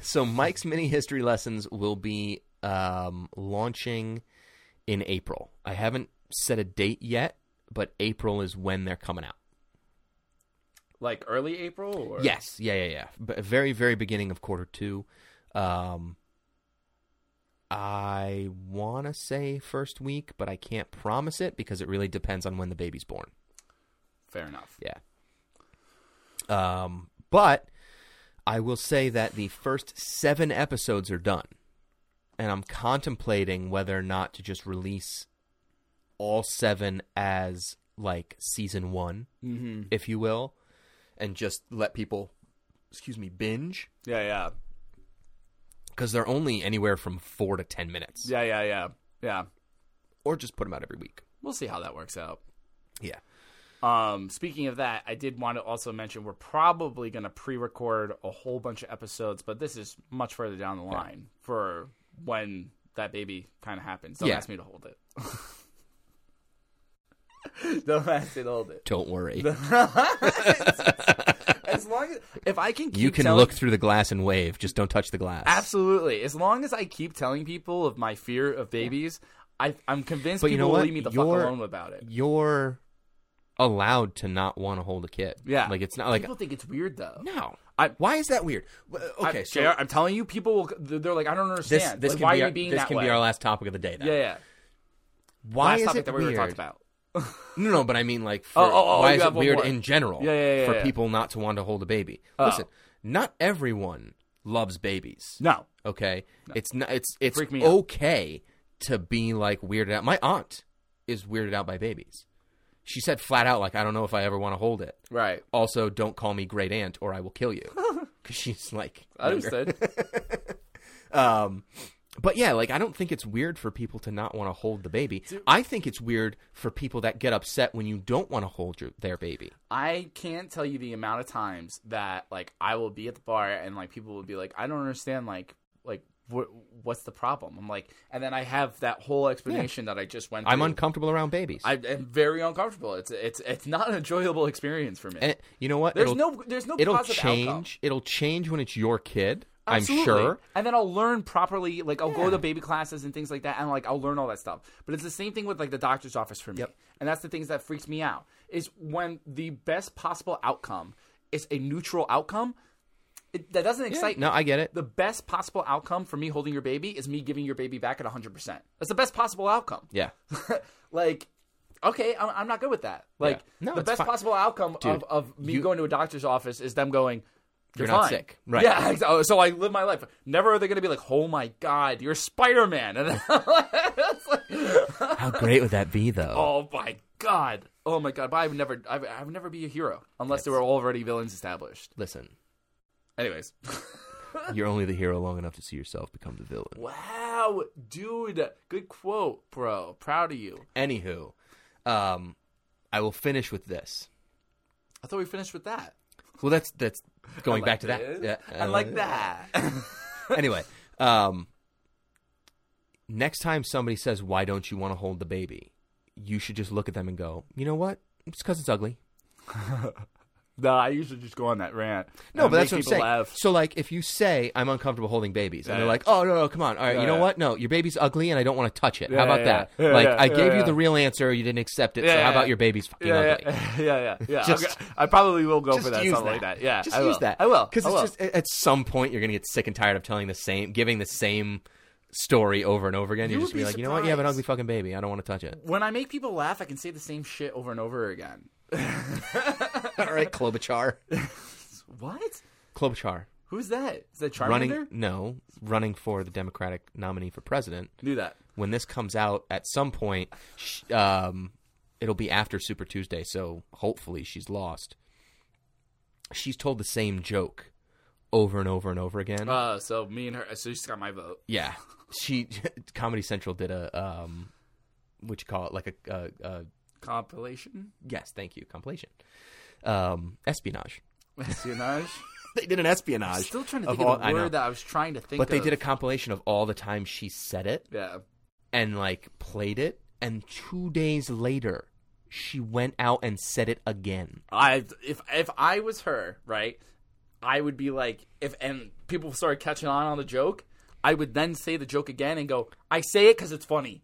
So Mike's mini history lessons will be um, launching in April. I haven't set a date yet, but April is when they're coming out.
like early April? Or?
Yes, yeah, yeah, yeah. But very very beginning of quarter two. Um, I want to say first week, but I can't promise it because it really depends on when the baby's born.
Fair enough.
Yeah. Um, but I will say that the first seven episodes are done, and I'm contemplating whether or not to just release all seven as like season one,
Mm-hmm.
if you will, and just let people, excuse me, binge
Yeah, yeah.
because they're only anywhere from four to ten minutes,
Yeah, yeah, yeah. Yeah.
or just put them out every week.
We'll see how that works out.
Yeah.
Um, speaking of that, I did want to also mention we're probably going to pre-record a whole bunch of episodes, but this is much further down the line for when that baby kind of happens. Don't
Yeah.
ask me to hold it. Don't ask me to hold it.
Don't worry.
As long as if I can, keep
You can
telling-
look through the glass and wave. Just don't touch the glass.
absolutely. As long as I keep telling people of my fear of babies, I, I'm convinced
But you
people
know
will
what?
leave me the
Your-
fuck alone about it.
your allowed to not want to hold a kid.
Yeah.
like it's not like
people think it's weird though.
no.
I-
Why is that weird? Well,
I-
Okay, so
JR, I'm telling you, people will. They're like, I don't
this
understand.
this
Like,
can
why
be
are
our,
you being
this
that
can
way?
be our last topic of the day. Then.
yeah, yeah.
Why
last
is
topic
it
that we
weird?
were talking about.
No, no, but I mean, like, for,
Oh, oh, oh,
why
you
is it
have one
weird
more.
in general
Yeah, yeah, yeah,
for
yeah. Uh.
people not to want to hold a baby? Listen, not everyone loves babies.
No,
Okay, it's not. It's it's
Freak me out.
okay to be like weirded out. My aunt is weirded out by babies. She said flat out, like, I don't know if I ever want to hold it.
right.
Also, don't call me great aunt or I will kill you. Because she's like,
I
younger.
understood.
But yeah, like I don't think it's weird for people to not want to hold the baby. I think it's weird for people that get upset when you don't want to hold your, their baby.
I can't tell you the amount of times that like I will be at the bar and like people will be like, I don't understand, like like wh- what's the problem? I'm like, and then I have that whole explanation that I just went. Through.
I'm uncomfortable around babies.
I am very uncomfortable. It's it's it's not an enjoyable experience for me.
and it- you know what?
there's
it'll,
no there's no
it'll
positive
change.
outcome.
It'll change when it's your kid.
Absolutely.
I'm sure.
And then I'll learn properly. Like I'll go to baby classes and things like that, and like I'll learn all that stuff. But it's the same thing with like the doctor's office for me. And that's the things that freaks me out is when the best possible outcome is a neutral outcome. It, that doesn't excite.
No,
me.
I get it.
The best possible outcome for me holding your baby is me giving your baby back at 100. percent That's the best possible outcome.
Yeah.
like. Okay, I'm, I'm not good with that. Like
No,
the
it's
best
fine.
possible outcome
Dude,
of, of me
you-
going to a doctor's office is them going,
You're
"You're,
not
fine."
sick. Right.
Yeah. exa- So I live my life. Never are they going to be like, "Oh my God, you're Spider Man," and it's like,
How great would that be, though?
"Oh my God, oh my God." But I would never, I would, I would never be a hero unless there were already villains established.
Listen,
Anyways,
you're only the hero long enough to see yourself become the villain.
wow, dude, good quote, bro. Proud of you.
Anywho, um, I will finish with this.
I thought we finished with that.
Well, that's that's going back to that.
This.
Yeah,
I like that.
anyway, um, next time somebody says, "Why don't you want to hold the baby?" you should just look at them and go, "You know what? It's because it's ugly."
no, I usually just go on that rant.
No,
and
but that's what I'm
make people
saying.
laugh.
So, like, if you say, "I'm uncomfortable holding babies," and
Yeah,
they're
yeah.
like, "Oh no, no, come on, all right,
Yeah,
you know
yeah.
what? No, your baby's ugly, and I don't want to touch it.
Yeah,
how about
yeah,
that?
yeah. Yeah,
like,
yeah,
I gave
yeah,
you the
yeah.
real answer, you didn't accept it. so
Yeah,
how
yeah,
about
yeah.
your baby's fucking
yeah,
ugly?"
Yeah, yeah, yeah. yeah.
Just-
Okay. I probably will go for
Just
that
use
something
that.
like that. Yeah,
just
I will.
use that.
I will
because
I
it's
will.
just at at some point you're gonna get sick and tired of telling the same, giving the same story over and over again.
You
You're just
would
gonna be
be
like, you know what? You have an
surprised.
ugly fucking baby. I don't want to touch it.
when I make people laugh, I can say the same shit over and over again.
all right, Klobuchar.
What?
Klobuchar
Who's that? Is that Charmander?
running no running for the Democratic nominee for president.
Do that.
When this comes out at some point, sh- um, it'll be after Super Tuesday, so hopefully she's lost. She's told the same joke over and over and over again.
Uh, so me and her. So she's got my vote.
yeah, she Comedy Central did a um, what you call it, like a, a, a
Compilation.
yes, thank you, compilation, um, espionage.
Espionage.
They did an espionage.
I'm still trying to
of
think of,
all- I
a
know.
word that I was trying to think.
but they
of.
did a compilation of all the times she said it
Yeah.
and like played it and two days later she went out and said it again
I if if I was her, right, I would be like if and people started catching on on the joke. I would then say the joke again and go, I say it because it's funny.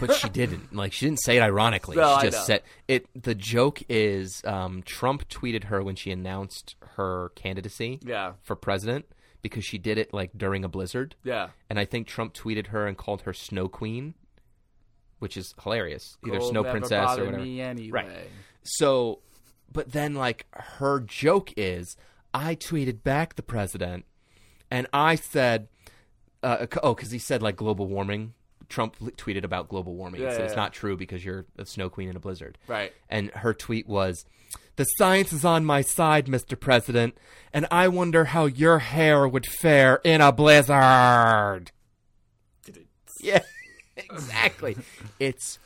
but she didn't like she didn't say it ironically
No, I
she just
know.
said it the joke is um, trump tweeted her when she announced her candidacy
Yeah.
for president because she did it like during a blizzard
Yeah.
and i think trump tweeted her and called her snow queen which is hilarious either
Cold
snow
never
princess or
bothered
whatever
Me anyway.
Right. So, but then like her joke is, I tweeted back the president, and I said, uh, c- oh, because he said like global warming. Trump l- tweeted about global warming. and
Yeah,
said
yeah,
it's
yeah.
not true because you're a snow queen in a blizzard.
Right.
And her tweet was, "The science is on my side, Mr. President, and I wonder how your hair would fare in a blizzard." Yeah, exactly. it's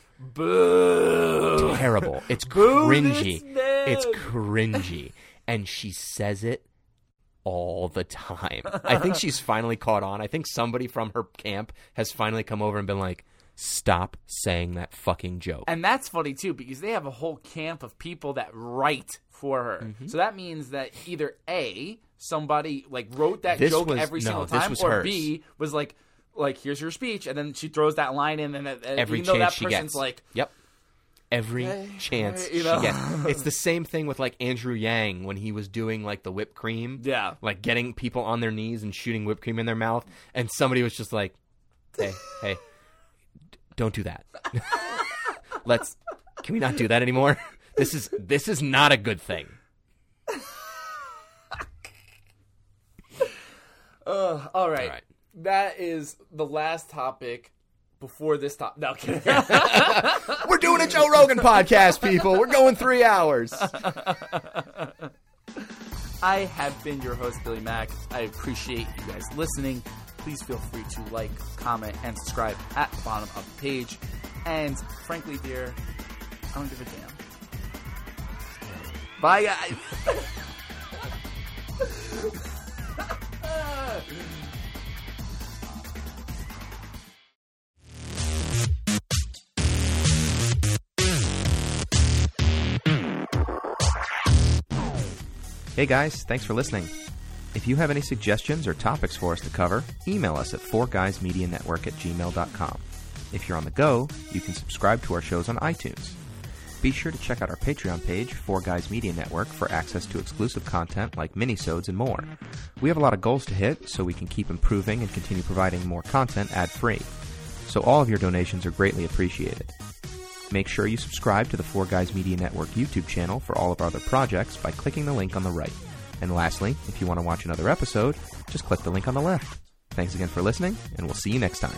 Boo.
terrible. It's
this
cringy.
man.
It's cringy. And she says it all the time. I think she's finally caught on. I think somebody from her camp has finally come over and been like, stop saying that fucking joke.
And that's funny too because they have a whole camp of people that write for her.
Mm-hmm.
So that means that either A, somebody like wrote that
This
joke
was-
every
no,
single
this
time
was
or
hers.
B was like like here's your speech and then she throws that line in and, and
Every
even though that
chance she
person's
gets.
like
Yep. every chance
you know.
she gets. It's the same thing with like Andrew Yang when he was doing like the whipped cream.
Yeah.
Like getting people on their knees and shooting whipped cream in their mouth. And somebody was just like, hey, hey, d- don't do that. Let's, can we not do that anymore? This is, this is not a good thing.
All right.
All right.
That is the last topic before this topic. No, kidding.
We're doing a Joe Rogan podcast, people. We're going three hours.
I have been your host, Billy Mack. I appreciate you guys listening. Please feel free to like, comment, and subscribe at the bottom of the page. And frankly, dear, I don't give a damn. Bye, guys.
Hey guys, thanks for listening. If you have any suggestions or topics for us to cover, email us at fourguysmedianetwork at gmail.com. If you're on the go, you can subscribe to our shows on iTunes. Be sure to check out our Patreon page, Four Guys Media Network, for access to exclusive content like minisodes and more. We have a lot of goals to hit, so we can keep improving and continue providing more content ad-free. So all of your donations are greatly appreciated. Make sure you subscribe to the Four Guys Media Network YouTube channel for all of our other projects by clicking the link on the right. And lastly, if you want to watch another episode, just click the link on the left. Thanks again for listening, and we'll see you next time.